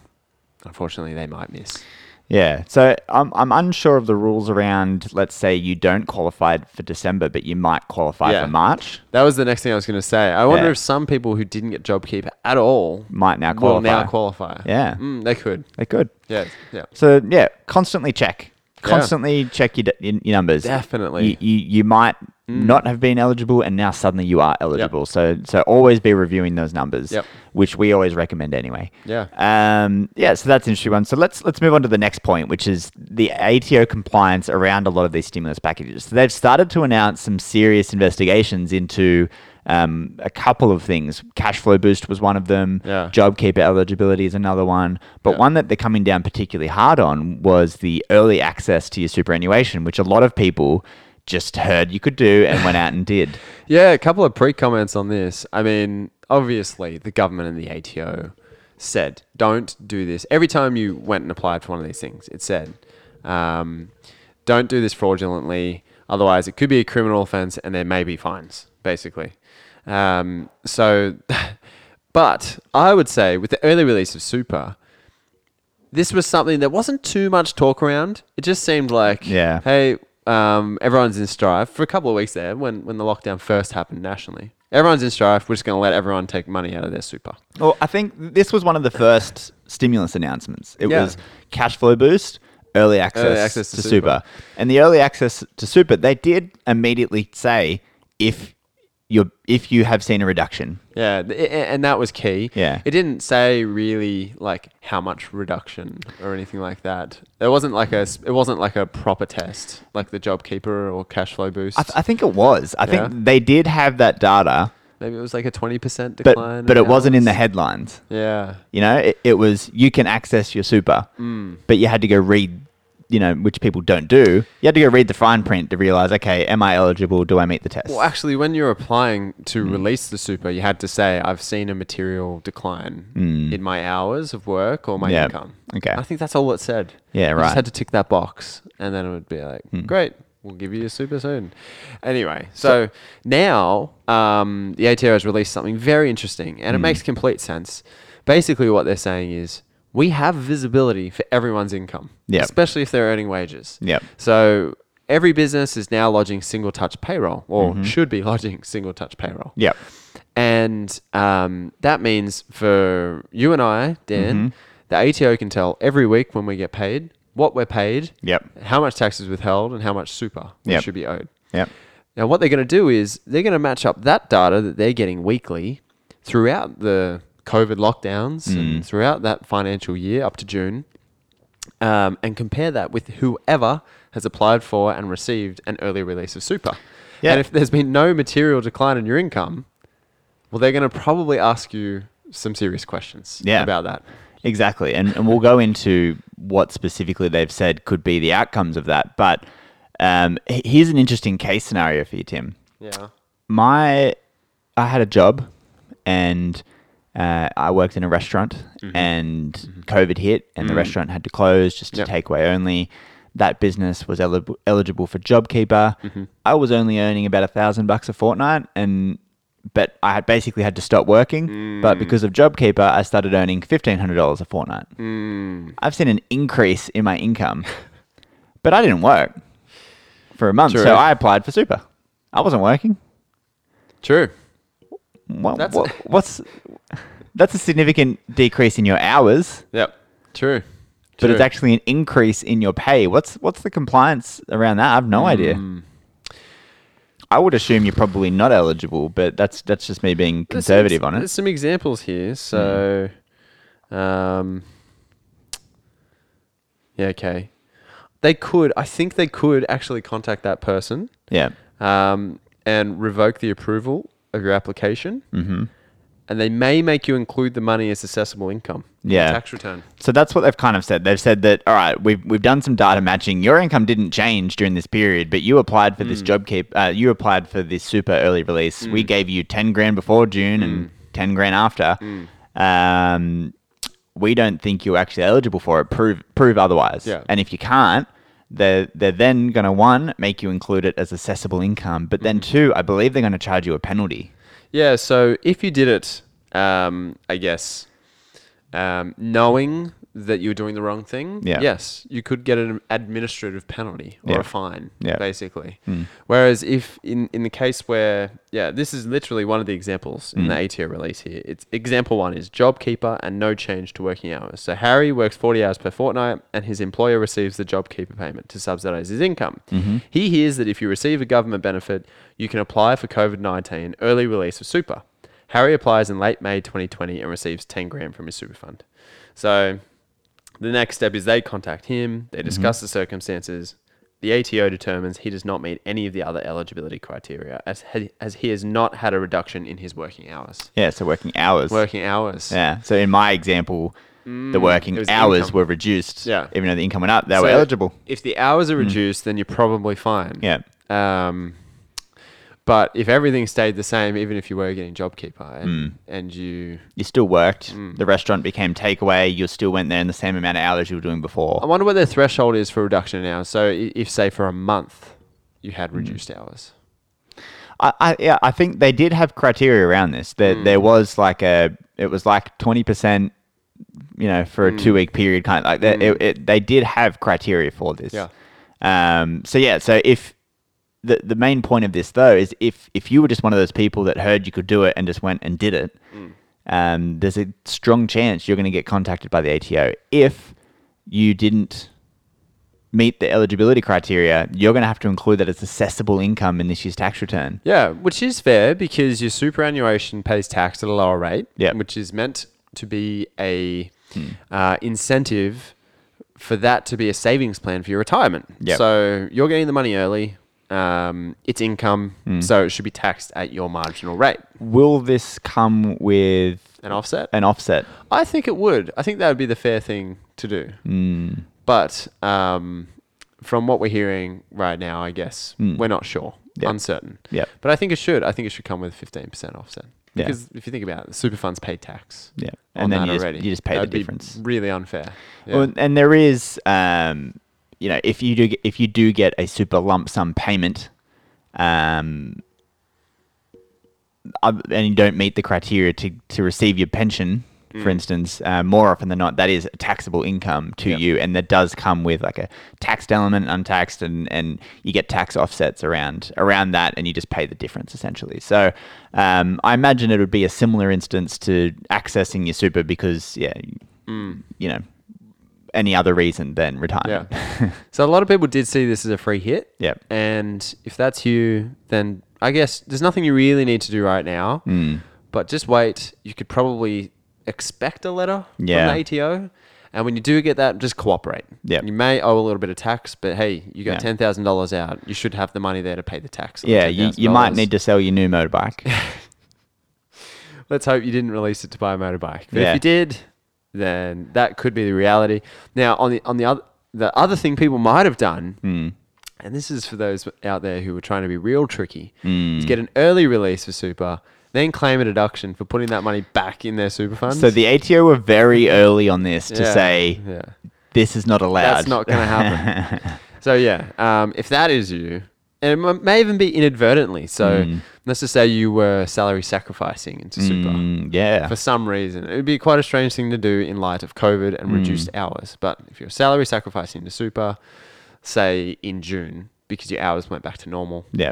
[SPEAKER 2] Unfortunately, they might miss.
[SPEAKER 1] Yeah. So I'm, I'm unsure of the rules around, let's say you don't qualify for December, but you might qualify
[SPEAKER 2] Yeah.
[SPEAKER 1] for March,
[SPEAKER 2] That was the next thing I was going to say. I wonder
[SPEAKER 1] Yeah.
[SPEAKER 2] if some people who didn't get JobKeeper at all
[SPEAKER 1] might now
[SPEAKER 2] will
[SPEAKER 1] qualify.
[SPEAKER 2] now qualify.
[SPEAKER 1] Yeah.
[SPEAKER 2] Mm, they could.
[SPEAKER 1] They could.
[SPEAKER 2] Yeah. Yeah.
[SPEAKER 1] So yeah, constantly check.
[SPEAKER 2] Yeah.
[SPEAKER 1] Constantly check your, d- your your numbers.
[SPEAKER 2] Definitely. Mm.
[SPEAKER 1] You, you, you might not have been eligible and now suddenly you are eligible.
[SPEAKER 2] Yep.
[SPEAKER 1] So so always be reviewing those numbers,
[SPEAKER 2] Yep.
[SPEAKER 1] which we always recommend anyway.
[SPEAKER 2] Yeah.
[SPEAKER 1] Um, yeah, so that's an interesting one. So let's let's move on to the next point, which is the ATO compliance around a lot of these stimulus packages. So they've started to announce some serious investigations into um, a couple of things. Cash flow boost was one of them.
[SPEAKER 2] Yeah.
[SPEAKER 1] JobKeeper eligibility is another one. But
[SPEAKER 2] Yeah.
[SPEAKER 1] one that they're coming down particularly hard on was the early access to your superannuation, which a lot of people just heard you could do and went out
[SPEAKER 2] [laughs]
[SPEAKER 1] and did.
[SPEAKER 2] Yeah, a couple of pre comments on this. I mean, obviously, the government and the ATO said, don't do this. Every time you went and applied for one of these things, it said, um, don't do this fraudulently. Otherwise, it could be a criminal offense and there may be fines, basically. Um, so, [laughs] but I would say with the early release of Super, this was something that wasn't too much talk around. It just seemed like,
[SPEAKER 1] Yeah.
[SPEAKER 2] hey, um, everyone's in strife for a couple of weeks there when, when the lockdown first happened nationally. Everyone's in strife. We're just going to let everyone take money out of their super.
[SPEAKER 1] Well, I think this was one of the first stimulus announcements. It
[SPEAKER 2] Yeah.
[SPEAKER 1] was cash flow boost, early access,
[SPEAKER 2] access
[SPEAKER 1] to,
[SPEAKER 2] to
[SPEAKER 1] super.
[SPEAKER 2] super.
[SPEAKER 1] And the early access to super, they did immediately say if you if you have seen a reduction.
[SPEAKER 2] Yeah, th- a- a- and that was key.
[SPEAKER 1] Yeah.
[SPEAKER 2] it didn't say really like how much reduction or anything like that. It wasn't like a s- it wasn't like a proper test like the JobKeeper or cash flow boost.
[SPEAKER 1] I, th- I think it was. I
[SPEAKER 2] Yeah.
[SPEAKER 1] think they did have that data,
[SPEAKER 2] Maybe it was like a twenty percent
[SPEAKER 1] but
[SPEAKER 2] decline.
[SPEAKER 1] but it wasn't in the
[SPEAKER 2] hours.
[SPEAKER 1] headlines.
[SPEAKER 2] Yeah,
[SPEAKER 1] You know, it, it was you can access your super, but you had to go read, you know, which people don't do. You had to go read the fine print to realize, okay, am I eligible? Do I meet the test?
[SPEAKER 2] Well, actually, when you're applying to
[SPEAKER 1] Mm.
[SPEAKER 2] release the super, you had to say, I've seen a material decline in my hours of work or my
[SPEAKER 1] Mm. Yeah.
[SPEAKER 2] income.
[SPEAKER 1] Okay.
[SPEAKER 2] I think that's all it said.
[SPEAKER 1] Yeah,
[SPEAKER 2] You
[SPEAKER 1] right. Mm.
[SPEAKER 2] just had to tick that box, and then it would be like, great, we'll give you your super soon. Anyway, so, now um, the ATO has released something very interesting,
[SPEAKER 1] Mm.
[SPEAKER 2] and it makes complete sense. Basically, what they're saying is, we have visibility for everyone's income,
[SPEAKER 1] Yep.
[SPEAKER 2] especially if they're earning wages.
[SPEAKER 1] Yep.
[SPEAKER 2] So every business is now lodging single touch payroll, or should be [laughs] lodging single touch payroll.
[SPEAKER 1] yep.
[SPEAKER 2] And um, that means for you and I, Dan, the ATO can tell every week when we get paid what we're paid,
[SPEAKER 1] Yep.
[SPEAKER 2] how much tax is withheld, and how much super we
[SPEAKER 1] Yep.
[SPEAKER 2] should be owed.
[SPEAKER 1] Yep.
[SPEAKER 2] Now, what they're going to do is they're going to match up that data that they're getting weekly throughout the COVID lockdowns
[SPEAKER 1] Mm.
[SPEAKER 2] and throughout that financial year up to June um, and compare that with whoever has applied for and received an early release of super.
[SPEAKER 1] Yeah.
[SPEAKER 2] And if there's been no material decline in your income, well, they're going to probably ask you some serious questions
[SPEAKER 1] Yeah.
[SPEAKER 2] about that.
[SPEAKER 1] Exactly. And, and we'll go into what specifically they've said could be the outcomes of that. But um, h- here's an interesting case scenario for you, Tim.
[SPEAKER 2] Yeah.
[SPEAKER 1] My, I had a job and uh, I worked in a restaurant
[SPEAKER 2] Mm-hmm.
[SPEAKER 1] and COVID hit and the restaurant had to close just to
[SPEAKER 2] Mm. Yep.
[SPEAKER 1] takeaway only. That business was eli- eligible for JobKeeper.
[SPEAKER 2] Mm-hmm.
[SPEAKER 1] I was only earning about a thousand bucks a fortnight and but I had basically had to stop working.
[SPEAKER 2] Mm.
[SPEAKER 1] But because of JobKeeper, I started earning fifteen hundred dollars a fortnight.
[SPEAKER 2] Mm.
[SPEAKER 1] I've seen an increase in my income, but I didn't work for a month.
[SPEAKER 2] True.
[SPEAKER 1] So I applied for super. I wasn't working.
[SPEAKER 2] True.
[SPEAKER 1] What,
[SPEAKER 2] That's-
[SPEAKER 1] what, what's that's a significant decrease in your hours,
[SPEAKER 2] Yep. True.
[SPEAKER 1] but it's
[SPEAKER 2] True.
[SPEAKER 1] actually an increase in your pay. What's what's the compliance around that? I have no idea. I would assume you're probably not eligible, but that's that's just me being
[SPEAKER 2] There's
[SPEAKER 1] conservative
[SPEAKER 2] some,
[SPEAKER 1] on it.
[SPEAKER 2] There's some examples here. So, um, yeah, okay. They could, I think they could actually contact that person
[SPEAKER 1] Yeah.
[SPEAKER 2] um, and revoke the approval of your application. Mm-hmm. And they may make you include the money as assessable income. in your
[SPEAKER 1] Yeah.
[SPEAKER 2] Tax return.
[SPEAKER 1] So that's what they've kind of said. They've said that all right, we've we've done some data matching. Your income didn't change during this period, but you applied for this job keep. Uh, you applied for this super early release. We gave you ten grand before June and ten grand after. Um, we don't think you're actually eligible for it. Prove prove otherwise.
[SPEAKER 2] Yeah.
[SPEAKER 1] And if you can't. They're, they're then going to one make you include it as assessable income but then two i believe they're going to charge you a penalty
[SPEAKER 2] Yeah, so if you did it, um, I guess, um, knowing that you were doing the wrong thing,
[SPEAKER 1] Yeah.
[SPEAKER 2] yes, you could get an administrative penalty or
[SPEAKER 1] Yeah.
[SPEAKER 2] a fine,
[SPEAKER 1] Yeah.
[SPEAKER 2] basically. Whereas if in, in the case where, yeah, this is literally one of the examples in the A tier release here. It's example one is JobKeeper and no change to working hours. So Harry works 40 hours per fortnight and his employer receives the JobKeeper payment to subsidize his income. He hears that if you receive a government benefit, you can apply for COVID 19 early release of super. Harry applies in late May 2020 and receives 10 grand from his super fund. So the next step is they contact him,
[SPEAKER 1] Mm-hmm.
[SPEAKER 2] they discuss the circumstances. The ATO determines he does not meet any of the other eligibility criteria as he, as he has not had a reduction in his working hours.
[SPEAKER 1] yeah so working hours
[SPEAKER 2] Working hours.
[SPEAKER 1] Yeah. So in my example, the working
[SPEAKER 2] Mm, it was
[SPEAKER 1] hours
[SPEAKER 2] income.
[SPEAKER 1] were reduced.
[SPEAKER 2] Yeah.
[SPEAKER 1] Even though the income went up, they were
[SPEAKER 2] So,
[SPEAKER 1] eligible. Mm.
[SPEAKER 2] If the hours are reduced, then you're probably fine.
[SPEAKER 1] Yeah.
[SPEAKER 2] Um, but if everything stayed the same, even if you were getting JobKeeper
[SPEAKER 1] Mm.
[SPEAKER 2] and, and you,
[SPEAKER 1] You still worked.
[SPEAKER 2] Mm.
[SPEAKER 1] The restaurant became takeaway. You still went there in the same amount of hours you were doing
[SPEAKER 2] I
[SPEAKER 1] before.
[SPEAKER 2] wonder what their threshold is for reduction in hours. So i- if say for a month, you had
[SPEAKER 1] Mm.
[SPEAKER 2] reduced hours.
[SPEAKER 1] I, I yeah, I think they did have criteria around this. There there was like a it was like twenty percent, you know, for a two week period kind of like that. It, it, they did have criteria for this.
[SPEAKER 2] Yeah.
[SPEAKER 1] Um. So yeah. So if the the main point of this though is if if you were just one of those people that heard you could do it and just went and did it, um, there's a strong chance you're going to get contacted by the ATO. If you didn't meet the eligibility criteria, you're going to have to include that as assessable income in this year's tax return.
[SPEAKER 2] Yeah, which is fair because your superannuation pays tax at a lower rate,
[SPEAKER 1] Yeah.
[SPEAKER 2] which is meant to be a uh, incentive for that to be a savings plan for your retirement.
[SPEAKER 1] Yep.
[SPEAKER 2] So you're getting the money early. Um, it's income, so it should be taxed at your marginal rate.
[SPEAKER 1] Will this come with
[SPEAKER 2] An offset?
[SPEAKER 1] an offset?
[SPEAKER 2] I think it would. I think that would be the fair thing to do. But um, from what we're hearing right now, I guess we're not sure,
[SPEAKER 1] Yep.
[SPEAKER 2] uncertain.
[SPEAKER 1] Yep.
[SPEAKER 2] But I think it should. I think it should come with fifteen percent offset.
[SPEAKER 1] Yeah.
[SPEAKER 2] Because if you think about it, super funds pay tax.
[SPEAKER 1] Yeah.
[SPEAKER 2] on
[SPEAKER 1] And then
[SPEAKER 2] that
[SPEAKER 1] you just-
[SPEAKER 2] already.
[SPEAKER 1] you just pay the
[SPEAKER 2] That'd be
[SPEAKER 1] difference.
[SPEAKER 2] really unfair. Yeah.
[SPEAKER 1] Well, and there is, um, you know, if you do get, if you do get a super lump sum payment, um, oth- and you don't meet the criteria to, to receive your pension,
[SPEAKER 2] Mm.
[SPEAKER 1] for instance, uh, more often than not, that is a taxable income to
[SPEAKER 2] Yep.
[SPEAKER 1] you, and that does come with like a taxed element, untaxed, and, and you get tax offsets around around that, and you just pay the difference essentially. So um, I imagine it would be a similar instance to accessing your super because yeah,
[SPEAKER 2] Mm.
[SPEAKER 1] you know, any other reason than retirement. [laughs]
[SPEAKER 2] yeah. so a lot of people did see this as a free hit.
[SPEAKER 1] Yep.
[SPEAKER 2] And if that's you, then I guess there's nothing you really need to do right now.
[SPEAKER 1] Hmm.
[SPEAKER 2] But just wait. You could probably expect a letter
[SPEAKER 1] Yeah.
[SPEAKER 2] from the ATO. And when you do get that, just cooperate.
[SPEAKER 1] Yep.
[SPEAKER 2] You may owe a little bit of tax, but hey, you got
[SPEAKER 1] Yeah.
[SPEAKER 2] ten thousand dollars out. You should have the money there to pay the tax. on the
[SPEAKER 1] Yeah, you, you might
[SPEAKER 2] $10,000.
[SPEAKER 1] need to sell your new
[SPEAKER 2] [laughs]
[SPEAKER 1] motorbike.
[SPEAKER 2] Let's hope you didn't release it to buy a motorbike. But
[SPEAKER 1] Yeah.
[SPEAKER 2] if you did, then that could be the reality. Now, on the on the other the other thing people might have done,
[SPEAKER 1] Hmm.
[SPEAKER 2] and this is for those out there who were trying to be real tricky,
[SPEAKER 1] Hmm.
[SPEAKER 2] is get an early release for super, then claim a deduction for putting that money back in their super fund.
[SPEAKER 1] so the ATO were very early on this to say
[SPEAKER 2] yeah,
[SPEAKER 1] this is not allowed.
[SPEAKER 2] that's not going
[SPEAKER 1] [laughs]
[SPEAKER 2] to happen. so yeah, um, if that is you. And it m- may even be inadvertently. So
[SPEAKER 1] Hmm.
[SPEAKER 2] let's just say you were salary sacrificing into super.
[SPEAKER 1] Mm, yeah.
[SPEAKER 2] for some reason. It would be quite a strange thing to do in light of COVID
[SPEAKER 1] Hmm.
[SPEAKER 2] and reduced hours. But if you're salary sacrificing to super, say in June, because your hours went back to normal,
[SPEAKER 1] yeah.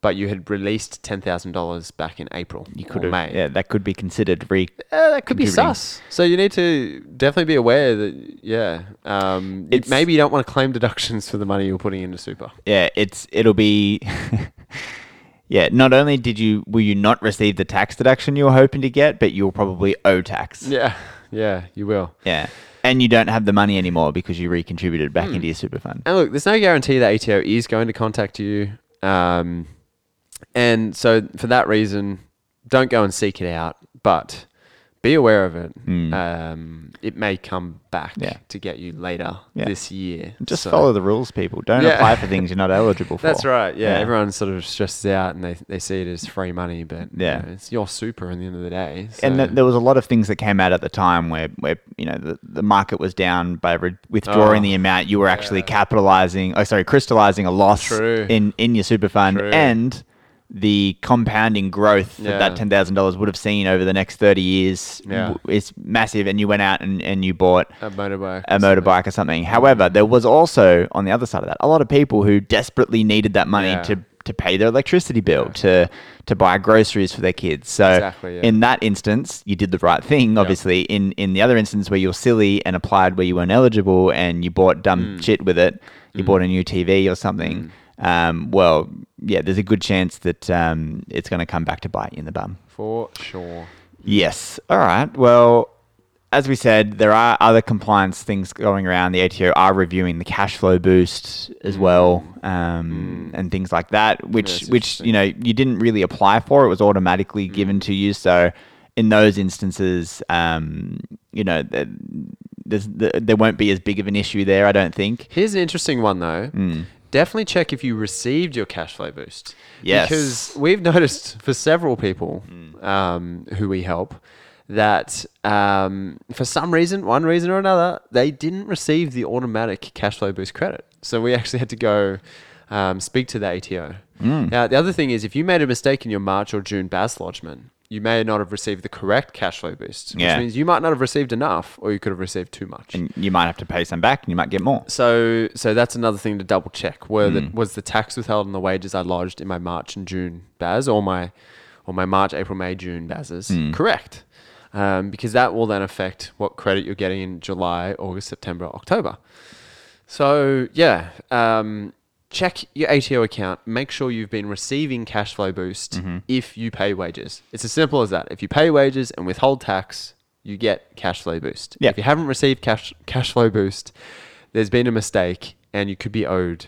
[SPEAKER 2] but you had released ten thousand dollars back in April, you could have made.
[SPEAKER 1] Yeah, that could be considered re.
[SPEAKER 2] that could be
[SPEAKER 1] Contributing.
[SPEAKER 2] sus. So you need to definitely be aware that, yeah, um, you-
[SPEAKER 1] It's-
[SPEAKER 2] maybe you don't want to claim deductions for the money you're putting into super.
[SPEAKER 1] Yeah, it's it'll be. [laughs] yeah, not only did you will you not receive the tax deduction you were hoping to get, but you'll probably owe tax.
[SPEAKER 2] Yeah, yeah, you will.
[SPEAKER 1] Yeah. and you don't have the money anymore because you recontributed
[SPEAKER 2] Hmm.
[SPEAKER 1] back into your super fund.
[SPEAKER 2] And look, there's no guarantee that ATO is going to contact you. Um, and so for that reason, don't go and seek it out, but be aware of it. Um, it may come back
[SPEAKER 1] Hmm. Yeah.
[SPEAKER 2] to get you later
[SPEAKER 1] Yeah.
[SPEAKER 2] this year.
[SPEAKER 1] Just
[SPEAKER 2] So-
[SPEAKER 1] follow the rules, people. Don't
[SPEAKER 2] Yeah.
[SPEAKER 1] apply for things you're not eligible for.
[SPEAKER 2] [laughs] That's right. Yeah, Everyone sort of stresses out and they, they see it as free money, but you
[SPEAKER 1] Yeah.
[SPEAKER 2] know, it's your super in the end of the day.
[SPEAKER 1] and th-
[SPEAKER 2] so-
[SPEAKER 1] there was a lot of things that came out at the time where, where you know the, the market was down by re- withdrawing
[SPEAKER 2] Oh,
[SPEAKER 1] the amount you were actually capitalizing oh sorry crystallizing a loss
[SPEAKER 2] True.
[SPEAKER 1] in in your super fund
[SPEAKER 2] True.
[SPEAKER 1] and the compounding growth that that
[SPEAKER 2] Yeah.
[SPEAKER 1] ten thousand dollars would have seen over the next thirty years
[SPEAKER 2] Yeah.
[SPEAKER 1] w- is massive and you went out and, and you bought
[SPEAKER 2] a motorbike.
[SPEAKER 1] a motorbike or something. However, there was also on the other side of that a lot of people who desperately needed that money
[SPEAKER 2] Yeah.
[SPEAKER 1] to to pay their electricity bill, to to buy groceries for their kids. So
[SPEAKER 2] Exactly, yeah.
[SPEAKER 1] in that instance, you did the right thing. Obviously, in in the other instance where you're silly and applied where you weren't eligible and you bought
[SPEAKER 2] Mm.
[SPEAKER 1] dumb shit with it, you bought a new TV or something. Um, well, yeah, there's a good chance that um, it's going to come back to bite you in the bum.
[SPEAKER 2] For sure.
[SPEAKER 1] Yes. All right. Well, as we said, there are other compliance things going around. The ATO are reviewing the cash flow boost as well, um, and things like that, which
[SPEAKER 2] that's
[SPEAKER 1] which you know you didn't really apply for. It was automatically given to you. So in those instances, um, you know, th- there's, th- there won't be as big of an issue there. I don't think.
[SPEAKER 2] Here's an interesting one though.
[SPEAKER 1] Hmm.
[SPEAKER 2] Definitely check if you received your cash flow boost.
[SPEAKER 1] Yes. Hmm.
[SPEAKER 2] Because we've noticed for several people um, who we help that um, for some reason, one reason or another, they didn't receive the automatic cash flow boost credit. So we actually had to go um, speak to the ATO.
[SPEAKER 1] Hmm.
[SPEAKER 2] Now, the other thing is if you made a mistake in your March or June BAS lodgement, you may not have received the correct cash flow boost, which
[SPEAKER 1] Yeah.
[SPEAKER 2] means you might not have received enough or you could have received too much.
[SPEAKER 1] And you might have to pay some back, and you might get more.
[SPEAKER 2] So, so that's another thing to double check. Were the, was the tax withheld on the wages I lodged in my March and June BAS or my, or my March, April, May, June BASs correct? Um, because that will then affect what credit you're getting in July, August, September, October. So yeah, um, check your ATO account. Make sure you've been receiving cash flow boost
[SPEAKER 1] Mm-hmm.
[SPEAKER 2] if you pay wages. It's as simple as that. If you pay wages and withhold tax, you get cash flow boost.
[SPEAKER 1] Yeah.
[SPEAKER 2] If you haven't received cash cash flow boost, there's been a mistake and you could be owed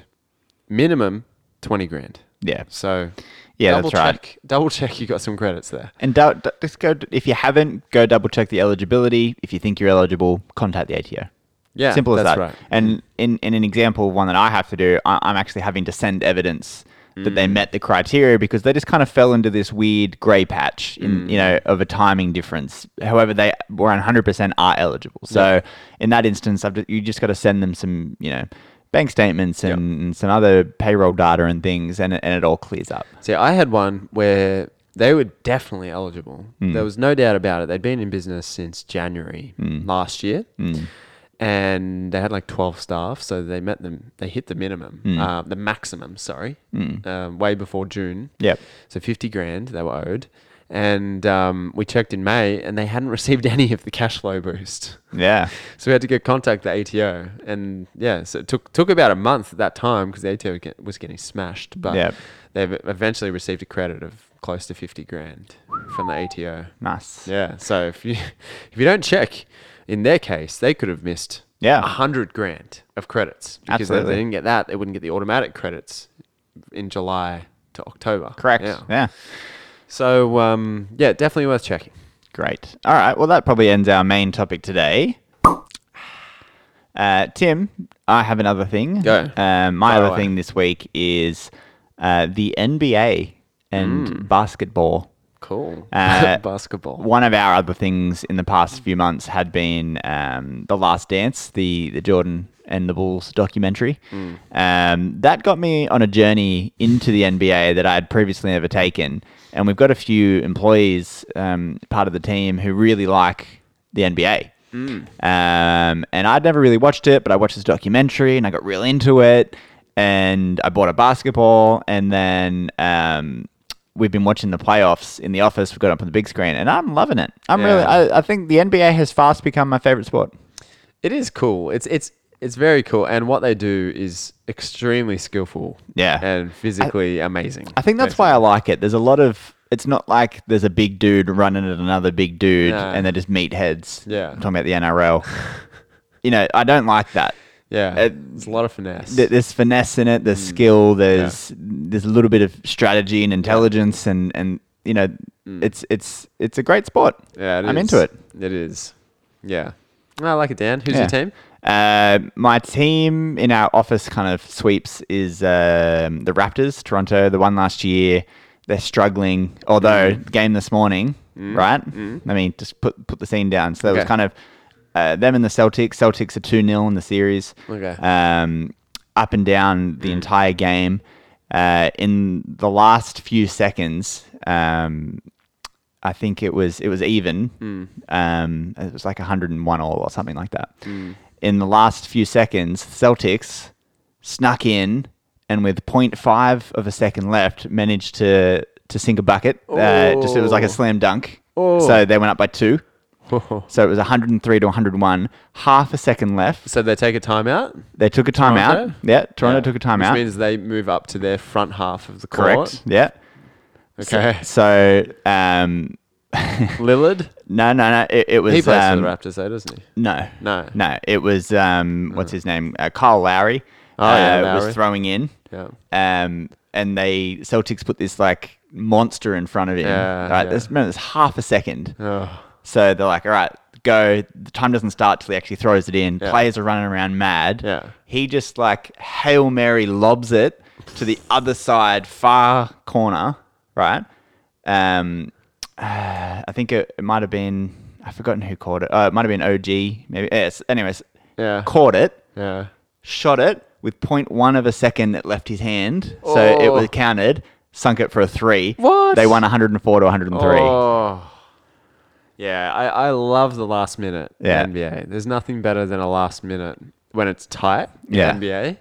[SPEAKER 2] minimum twenty grand.
[SPEAKER 1] Yeah.
[SPEAKER 2] So
[SPEAKER 1] Yeah,
[SPEAKER 2] double
[SPEAKER 1] that's right.
[SPEAKER 2] check, Double check you got some credits there.
[SPEAKER 1] And dou- d- just go if you haven't, go double check the eligibility. If you think you're eligible, contact the ATO.
[SPEAKER 2] Yeah,
[SPEAKER 1] simple as
[SPEAKER 2] that's
[SPEAKER 1] that.
[SPEAKER 2] right.
[SPEAKER 1] And in, in an example, of one that I have to do, I, I'm actually having to send evidence that
[SPEAKER 2] Mm.
[SPEAKER 1] they met the criteria because they just kind of fell into this weird grey patch, in,
[SPEAKER 2] Mm.
[SPEAKER 1] you know, of a timing difference. However, they were 100% are eligible. So in that instance, I've, ju- you just got to send them some, you know. Bank statements and, and some other payroll data and things, and, it- and it all clears up.
[SPEAKER 2] See, I had one where they were definitely eligible. There was no doubt about it. They'd been in business since January last year. And they had like 12 staff, so they met them. They hit the minimum, uh, the maximum, sorry, um, way before June.
[SPEAKER 1] Yep.
[SPEAKER 2] So 50 grand they were owed. And um, we checked in May and they hadn't [laughs] received any of the cash flow boost.
[SPEAKER 1] Yeah.
[SPEAKER 2] So we had to go contact the ATO, and yeah, so it took took about a month at that time because the ATO get, was getting smashed. But
[SPEAKER 1] Yep.
[SPEAKER 2] they've eventually received a credit of close to fifty grand from the ATO.
[SPEAKER 1] Nice.
[SPEAKER 2] Yeah, so if you [laughs] if you don't check, in their case, they could have missed
[SPEAKER 1] Yeah.
[SPEAKER 2] a hundred grand of credits because if
[SPEAKER 1] Absolutely.
[SPEAKER 2] they didn't get that, they wouldn't get the automatic credits in July to October.
[SPEAKER 1] Correct.
[SPEAKER 2] Yeah.
[SPEAKER 1] yeah.
[SPEAKER 2] So um, yeah, definitely worth checking.
[SPEAKER 1] Great. All right. Well, that probably ends our main topic today. Uh, Tim, I have another thing.
[SPEAKER 2] Go.
[SPEAKER 1] Um, my
[SPEAKER 2] Fire
[SPEAKER 1] other
[SPEAKER 2] away.
[SPEAKER 1] thing this week is uh, the NBA and
[SPEAKER 2] Hmm.
[SPEAKER 1] basketball.
[SPEAKER 2] Cool.
[SPEAKER 1] Uh,
[SPEAKER 2] [laughs] Basketball.
[SPEAKER 1] One of our other things in the past few months had been um, the Last Dance, the the Jordan and the Bulls documentary. Um, that got me on a journey into the NBA that I had previously never taken, and we've got a few employees um, part of the team who really like the NBA. Um, and I'd never really watched it, but I watched this documentary and I got real into it. And I bought a basketball, and then um, we've been watching the playoffs in the office. We've got it up on the big screen, and I'm loving it. I'm really,
[SPEAKER 2] Yeah.
[SPEAKER 1] I, I think the NBA has fast become my favorite sport.
[SPEAKER 2] It is cool. It's it's it's very cool, and what they do is extremely skillful.
[SPEAKER 1] Yeah.
[SPEAKER 2] and physically amazing.
[SPEAKER 1] I think that's why I like it. There's a lot of. It's not like there's a big dude running at another big dude
[SPEAKER 2] No.
[SPEAKER 1] and they're just meatheads.
[SPEAKER 2] Yeah.
[SPEAKER 1] I'm talking about the NRL. [laughs] you know, I don't like that.
[SPEAKER 2] Yeah,
[SPEAKER 1] Uh,
[SPEAKER 2] it's a lot of finesse.
[SPEAKER 1] Th- There's finesse in it. There's
[SPEAKER 2] Mm.
[SPEAKER 1] skill. There's there's a little bit of strategy and intelligence, and and you know, it's it's it's a great sport.
[SPEAKER 2] Mm. yeah, it
[SPEAKER 1] I'm
[SPEAKER 2] is.
[SPEAKER 1] into it.
[SPEAKER 2] It is. Yeah, I like it, Dan. Who's
[SPEAKER 1] Yeah.
[SPEAKER 2] your team? [laughs]
[SPEAKER 1] Uh, my team in our office kind of sweeps is um, the Raptors, Toronto. The one last year, they're struggling. Although
[SPEAKER 2] Mm.
[SPEAKER 1] game this morning, right? I mean, just put put the scene down. So that was
[SPEAKER 2] Okay.
[SPEAKER 1] kind of uh, them and the Celtics. Celtics are two 0 in the series.
[SPEAKER 2] Okay. Mm.
[SPEAKER 1] Um, up and down the entire game. Uh, in the last few seconds, um, I think it was it was even.
[SPEAKER 2] Mm.
[SPEAKER 1] Um, it was like 101 all or something like that.
[SPEAKER 2] Mm.
[SPEAKER 1] In the last few seconds, Celtics snuck in and with 0.5 of a second left managed to to sink a bucket. Uh, just it was like
[SPEAKER 2] Oh.
[SPEAKER 1] a slam dunk.
[SPEAKER 2] Oh.
[SPEAKER 1] So they went up by two. So it was 103 to 101. Half a second left.
[SPEAKER 2] So they take a timeout.
[SPEAKER 1] They took a timeout.
[SPEAKER 2] Toronto?
[SPEAKER 1] Yeah, Toronto
[SPEAKER 2] Yeah.
[SPEAKER 1] took a timeout.
[SPEAKER 2] Which means they move up to their front half of the
[SPEAKER 1] Correct.
[SPEAKER 2] court.
[SPEAKER 1] Yeah.
[SPEAKER 2] Okay.
[SPEAKER 1] [laughs] So um,
[SPEAKER 2] Lillard.
[SPEAKER 1] no, no, no. It, it was
[SPEAKER 2] He plays
[SPEAKER 1] um,
[SPEAKER 2] for the Raptors, though, doesn't he?
[SPEAKER 1] No.
[SPEAKER 2] No. Uh-huh.
[SPEAKER 1] No. It was um, what's his name? Uh, Kyle Lowry.
[SPEAKER 2] Oh, yeah,
[SPEAKER 1] uh,
[SPEAKER 2] Lowry.
[SPEAKER 1] was throwing in.
[SPEAKER 2] Yeah.
[SPEAKER 1] Um, and they Celtics put this like monster in front of him.
[SPEAKER 2] Yeah,
[SPEAKER 1] right.
[SPEAKER 2] yeah.
[SPEAKER 1] This remember there's half a second.
[SPEAKER 2] Oh,
[SPEAKER 1] So they're like, all right, go. The time doesn't start till he actually throws it in.
[SPEAKER 2] Yeah.
[SPEAKER 1] Players are running around mad.
[SPEAKER 2] Yeah.
[SPEAKER 1] He just like Hail Mary lobs it to
[SPEAKER 2] [laughs]
[SPEAKER 1] the other side, far corner, right? Um, [sighs] uh, I think it, it might have been, I've forgotten who caught it. Uh, it might have been OG, maybe. Yes. Anyways,
[SPEAKER 2] Yeah.
[SPEAKER 1] caught it,
[SPEAKER 2] yeah.
[SPEAKER 1] shot it with 0.1 of a second that left his hand. So it
[SPEAKER 2] Oh.
[SPEAKER 1] was counted, sunk it for a three.
[SPEAKER 2] What?
[SPEAKER 1] They won 104 to 103.
[SPEAKER 2] Oh. Yeah, I, I love the last minute
[SPEAKER 1] Yeah.
[SPEAKER 2] in NBA. There's nothing better than a last minute when it's tight in
[SPEAKER 1] Yeah.
[SPEAKER 2] NBA.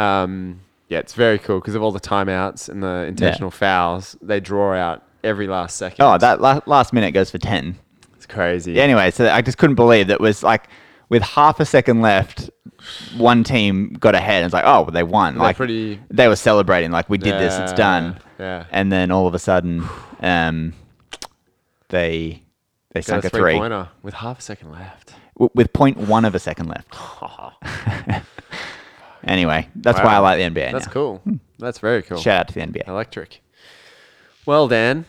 [SPEAKER 2] Um, yeah, it's very cool because of all the timeouts and the intentional fouls. They draw out every last second.
[SPEAKER 1] Oh, that la- last minute goes for 10.
[SPEAKER 2] it's crazy.
[SPEAKER 1] Yeah, anyway, so I just couldn't believe that was like with half a second left, one team got ahead and it's like, oh, well, they won. Like
[SPEAKER 2] pretty-
[SPEAKER 1] they were celebrating, like we did this, it's done.
[SPEAKER 2] Yeah, yeah.
[SPEAKER 1] And then all of a sudden, um, they they
[SPEAKER 2] Got
[SPEAKER 1] sunk a
[SPEAKER 2] three
[SPEAKER 1] three
[SPEAKER 2] pointer with half a second left.
[SPEAKER 1] w- with point one of a second
[SPEAKER 2] [laughs]
[SPEAKER 1] left. anyway, that's why I
[SPEAKER 2] Wow.
[SPEAKER 1] like the NBA.
[SPEAKER 2] That's
[SPEAKER 1] now.
[SPEAKER 2] cool. That's very cool.
[SPEAKER 1] Shout out to the NBA.
[SPEAKER 2] Electric. Well, Dan,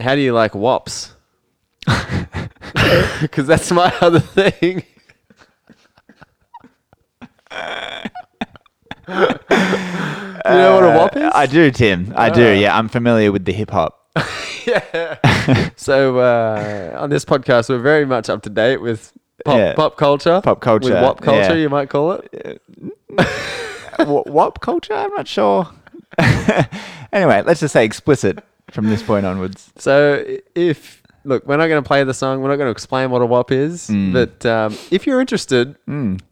[SPEAKER 2] how do you like wops?
[SPEAKER 1] [laughs]
[SPEAKER 2] [laughs] Because that's my other thing. you know what a wop is?
[SPEAKER 1] Uh, I do, Tim. I do.
[SPEAKER 2] Uh.
[SPEAKER 1] Yeah, I'm familiar with the hip hop.
[SPEAKER 2] so uh, on this podcast, we're very much up to date with pop,
[SPEAKER 1] Yeah.
[SPEAKER 2] pop culture,
[SPEAKER 1] Pop culture,
[SPEAKER 2] with wop culture,
[SPEAKER 1] yeah.
[SPEAKER 2] you might call it.
[SPEAKER 1] what, what culture? I'm not sure. anyway, let's just say explicit from this point onwards.
[SPEAKER 2] So i- if look, we're not going to play the song, we're not going to explain what a WAP is,
[SPEAKER 1] Mm.
[SPEAKER 2] but um, if you're interested, and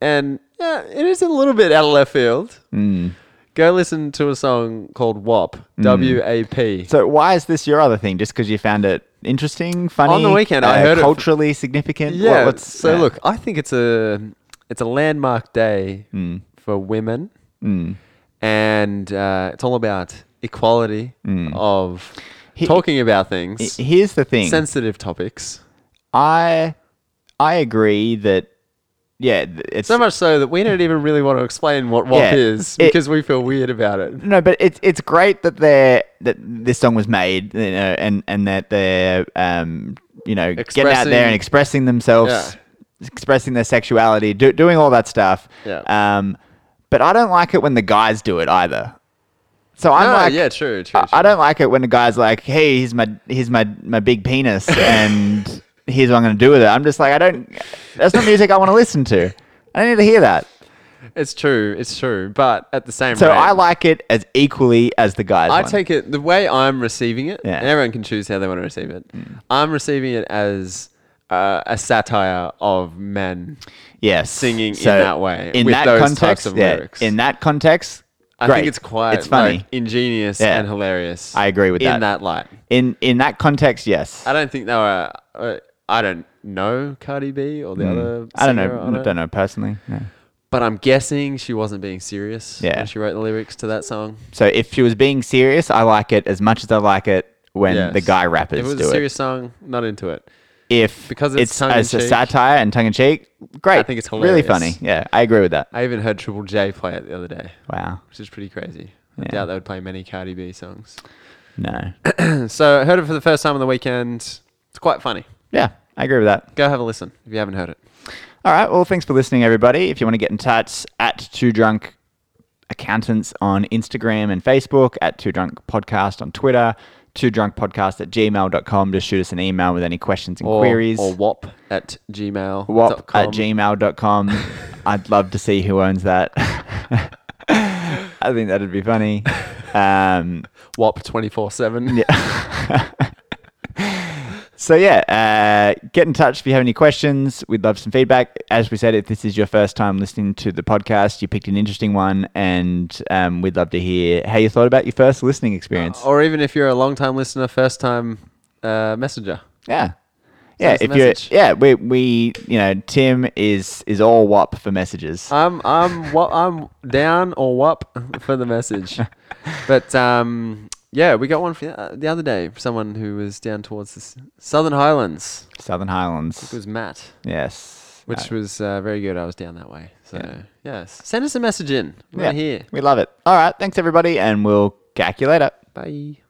[SPEAKER 2] yeah, it is a little bit out of left field.
[SPEAKER 1] Mm.
[SPEAKER 2] Go listen to a song called WAP, W A P.
[SPEAKER 1] So, why is this your other thing? Just because you found it interesting, funny
[SPEAKER 2] On the weekend, I heard it-
[SPEAKER 1] culturally significant. What-
[SPEAKER 2] Yeah.
[SPEAKER 1] what's-
[SPEAKER 2] so
[SPEAKER 1] yeah.
[SPEAKER 2] look, I think it's a it's a landmark day
[SPEAKER 1] Mm.
[SPEAKER 2] for women, and uh, it's all about equality of
[SPEAKER 1] Mm. He-
[SPEAKER 2] talking about
[SPEAKER 1] H-
[SPEAKER 2] things,
[SPEAKER 1] here's the thing.
[SPEAKER 2] sensitive topics.
[SPEAKER 1] I I agree that yeah, th- it's
[SPEAKER 2] So much so that we don't even really want to explain what WAP
[SPEAKER 1] Yeah,
[SPEAKER 2] is
[SPEAKER 1] it-
[SPEAKER 2] because we feel weird about it.
[SPEAKER 1] no, but it's it's great that they that this song was made, you know, and and that they're um you know getting out there
[SPEAKER 2] Expressing-
[SPEAKER 1] and expressing themselves, expressing their sexuality, do, doing all that stuff.
[SPEAKER 2] Yeah.
[SPEAKER 1] Um, but I don't like it when the guys do it either. So I'm
[SPEAKER 2] No,
[SPEAKER 1] like,
[SPEAKER 2] Oh, yeah, true, true.
[SPEAKER 1] I-
[SPEAKER 2] true.
[SPEAKER 1] I don't like it when the guy's like, "Hey, here's my here's my my big
[SPEAKER 2] [laughs]
[SPEAKER 1] penis, and here's what I'm going to do with it." I'm just like, I don't. That's not music I want to listen to. I don't need to hear that.
[SPEAKER 2] It's true. It's true. But at the same,
[SPEAKER 1] So
[SPEAKER 2] rate,
[SPEAKER 1] I like it as equally as the guys.
[SPEAKER 2] I
[SPEAKER 1] one.
[SPEAKER 2] take it the way I'm receiving it,
[SPEAKER 1] Yeah. Mm.
[SPEAKER 2] and everyone can choose how they want to receive it. I'm receiving it as uh, a satire of men.
[SPEAKER 1] yes
[SPEAKER 2] singing in that way,
[SPEAKER 1] in
[SPEAKER 2] with
[SPEAKER 1] that
[SPEAKER 2] those types
[SPEAKER 1] context.
[SPEAKER 2] of
[SPEAKER 1] yeah,
[SPEAKER 2] lyrics.
[SPEAKER 1] in that context,
[SPEAKER 2] I
[SPEAKER 1] great.
[SPEAKER 2] think it's quite
[SPEAKER 1] It's funny.
[SPEAKER 2] like, ingenious
[SPEAKER 1] Yeah.
[SPEAKER 2] and hilarious.
[SPEAKER 1] I agree with
[SPEAKER 2] in
[SPEAKER 1] that.
[SPEAKER 2] In that light,
[SPEAKER 1] in in that context, yes.
[SPEAKER 2] I don't think they were. Uh, I don't know Cardi B or the other.
[SPEAKER 1] Mm. I don't
[SPEAKER 2] singer
[SPEAKER 1] know.
[SPEAKER 2] on
[SPEAKER 1] I
[SPEAKER 2] it.
[SPEAKER 1] don't know personally. no.
[SPEAKER 2] But I'm guessing she wasn't being serious
[SPEAKER 1] Yeah.
[SPEAKER 2] when she wrote the lyrics to that song.
[SPEAKER 1] So if she was being serious, I like it as much as I like it when the
[SPEAKER 2] Yes.
[SPEAKER 1] guy rappers
[SPEAKER 2] If it was
[SPEAKER 1] do
[SPEAKER 2] a serious song, not into it.
[SPEAKER 1] If
[SPEAKER 2] Because it's tongue in
[SPEAKER 1] as a
[SPEAKER 2] cheek.
[SPEAKER 1] satire and tongue in cheek, great.
[SPEAKER 2] I think it's
[SPEAKER 1] Really
[SPEAKER 2] hilarious.
[SPEAKER 1] funny. Yeah, I agree with that.
[SPEAKER 2] I even heard Triple J play it the other day,
[SPEAKER 1] Wow.
[SPEAKER 2] which is pretty crazy. I
[SPEAKER 1] Yeah.
[SPEAKER 2] doubt they would play many Cardi B songs.
[SPEAKER 1] No.
[SPEAKER 2] so I heard it for the first time on the weekend. It's quite funny.
[SPEAKER 1] Yeah, I agree with that.
[SPEAKER 2] Go have a listen if you haven't heard it.
[SPEAKER 1] All right. Well, thanks for listening, everybody. If you want to get in touch, at Two Drunk Accountants on Instagram and Facebook, at Two Drunk Podcast on Twitter, Two Drunk Podcast at gmail.com. Just shoot us an email with any questions and queries.
[SPEAKER 2] Or wop at gmail.
[SPEAKER 1] wop at gmail.com. [laughs] I'd love to see who owns that. [laughs] I think that'd be funny. Um,
[SPEAKER 2] Wop 24 7.
[SPEAKER 1] So yeah, uh, get in touch if you have any questions. We'd love some feedback. As we said, if this is your first time listening to the podcast, you picked an interesting one, and um, we'd love to hear how you thought about your first listening experience.
[SPEAKER 2] Or even if you're a long time listener, first time uh, messenger.
[SPEAKER 1] yeah, yeah.
[SPEAKER 2] us a
[SPEAKER 1] If you, are
[SPEAKER 2] message.
[SPEAKER 1] yeah, we, we, you know, Tim is is all wop for messages.
[SPEAKER 2] I'm I'm wa- I'm down or wop [laughs] for the message, but um yeah, we got one for uh, the- the other day. from Someone who was down towards the s- Southern Highlands.
[SPEAKER 1] Southern
[SPEAKER 2] It
[SPEAKER 1] Highlands.
[SPEAKER 2] was Matt,
[SPEAKER 1] Yes.
[SPEAKER 2] which was uh, very good. I was down that way, so yes, send us a message in. We're
[SPEAKER 1] yeah,
[SPEAKER 2] here.
[SPEAKER 1] we love it. All right, thanks everybody, and we'll catch you later.
[SPEAKER 2] Bye.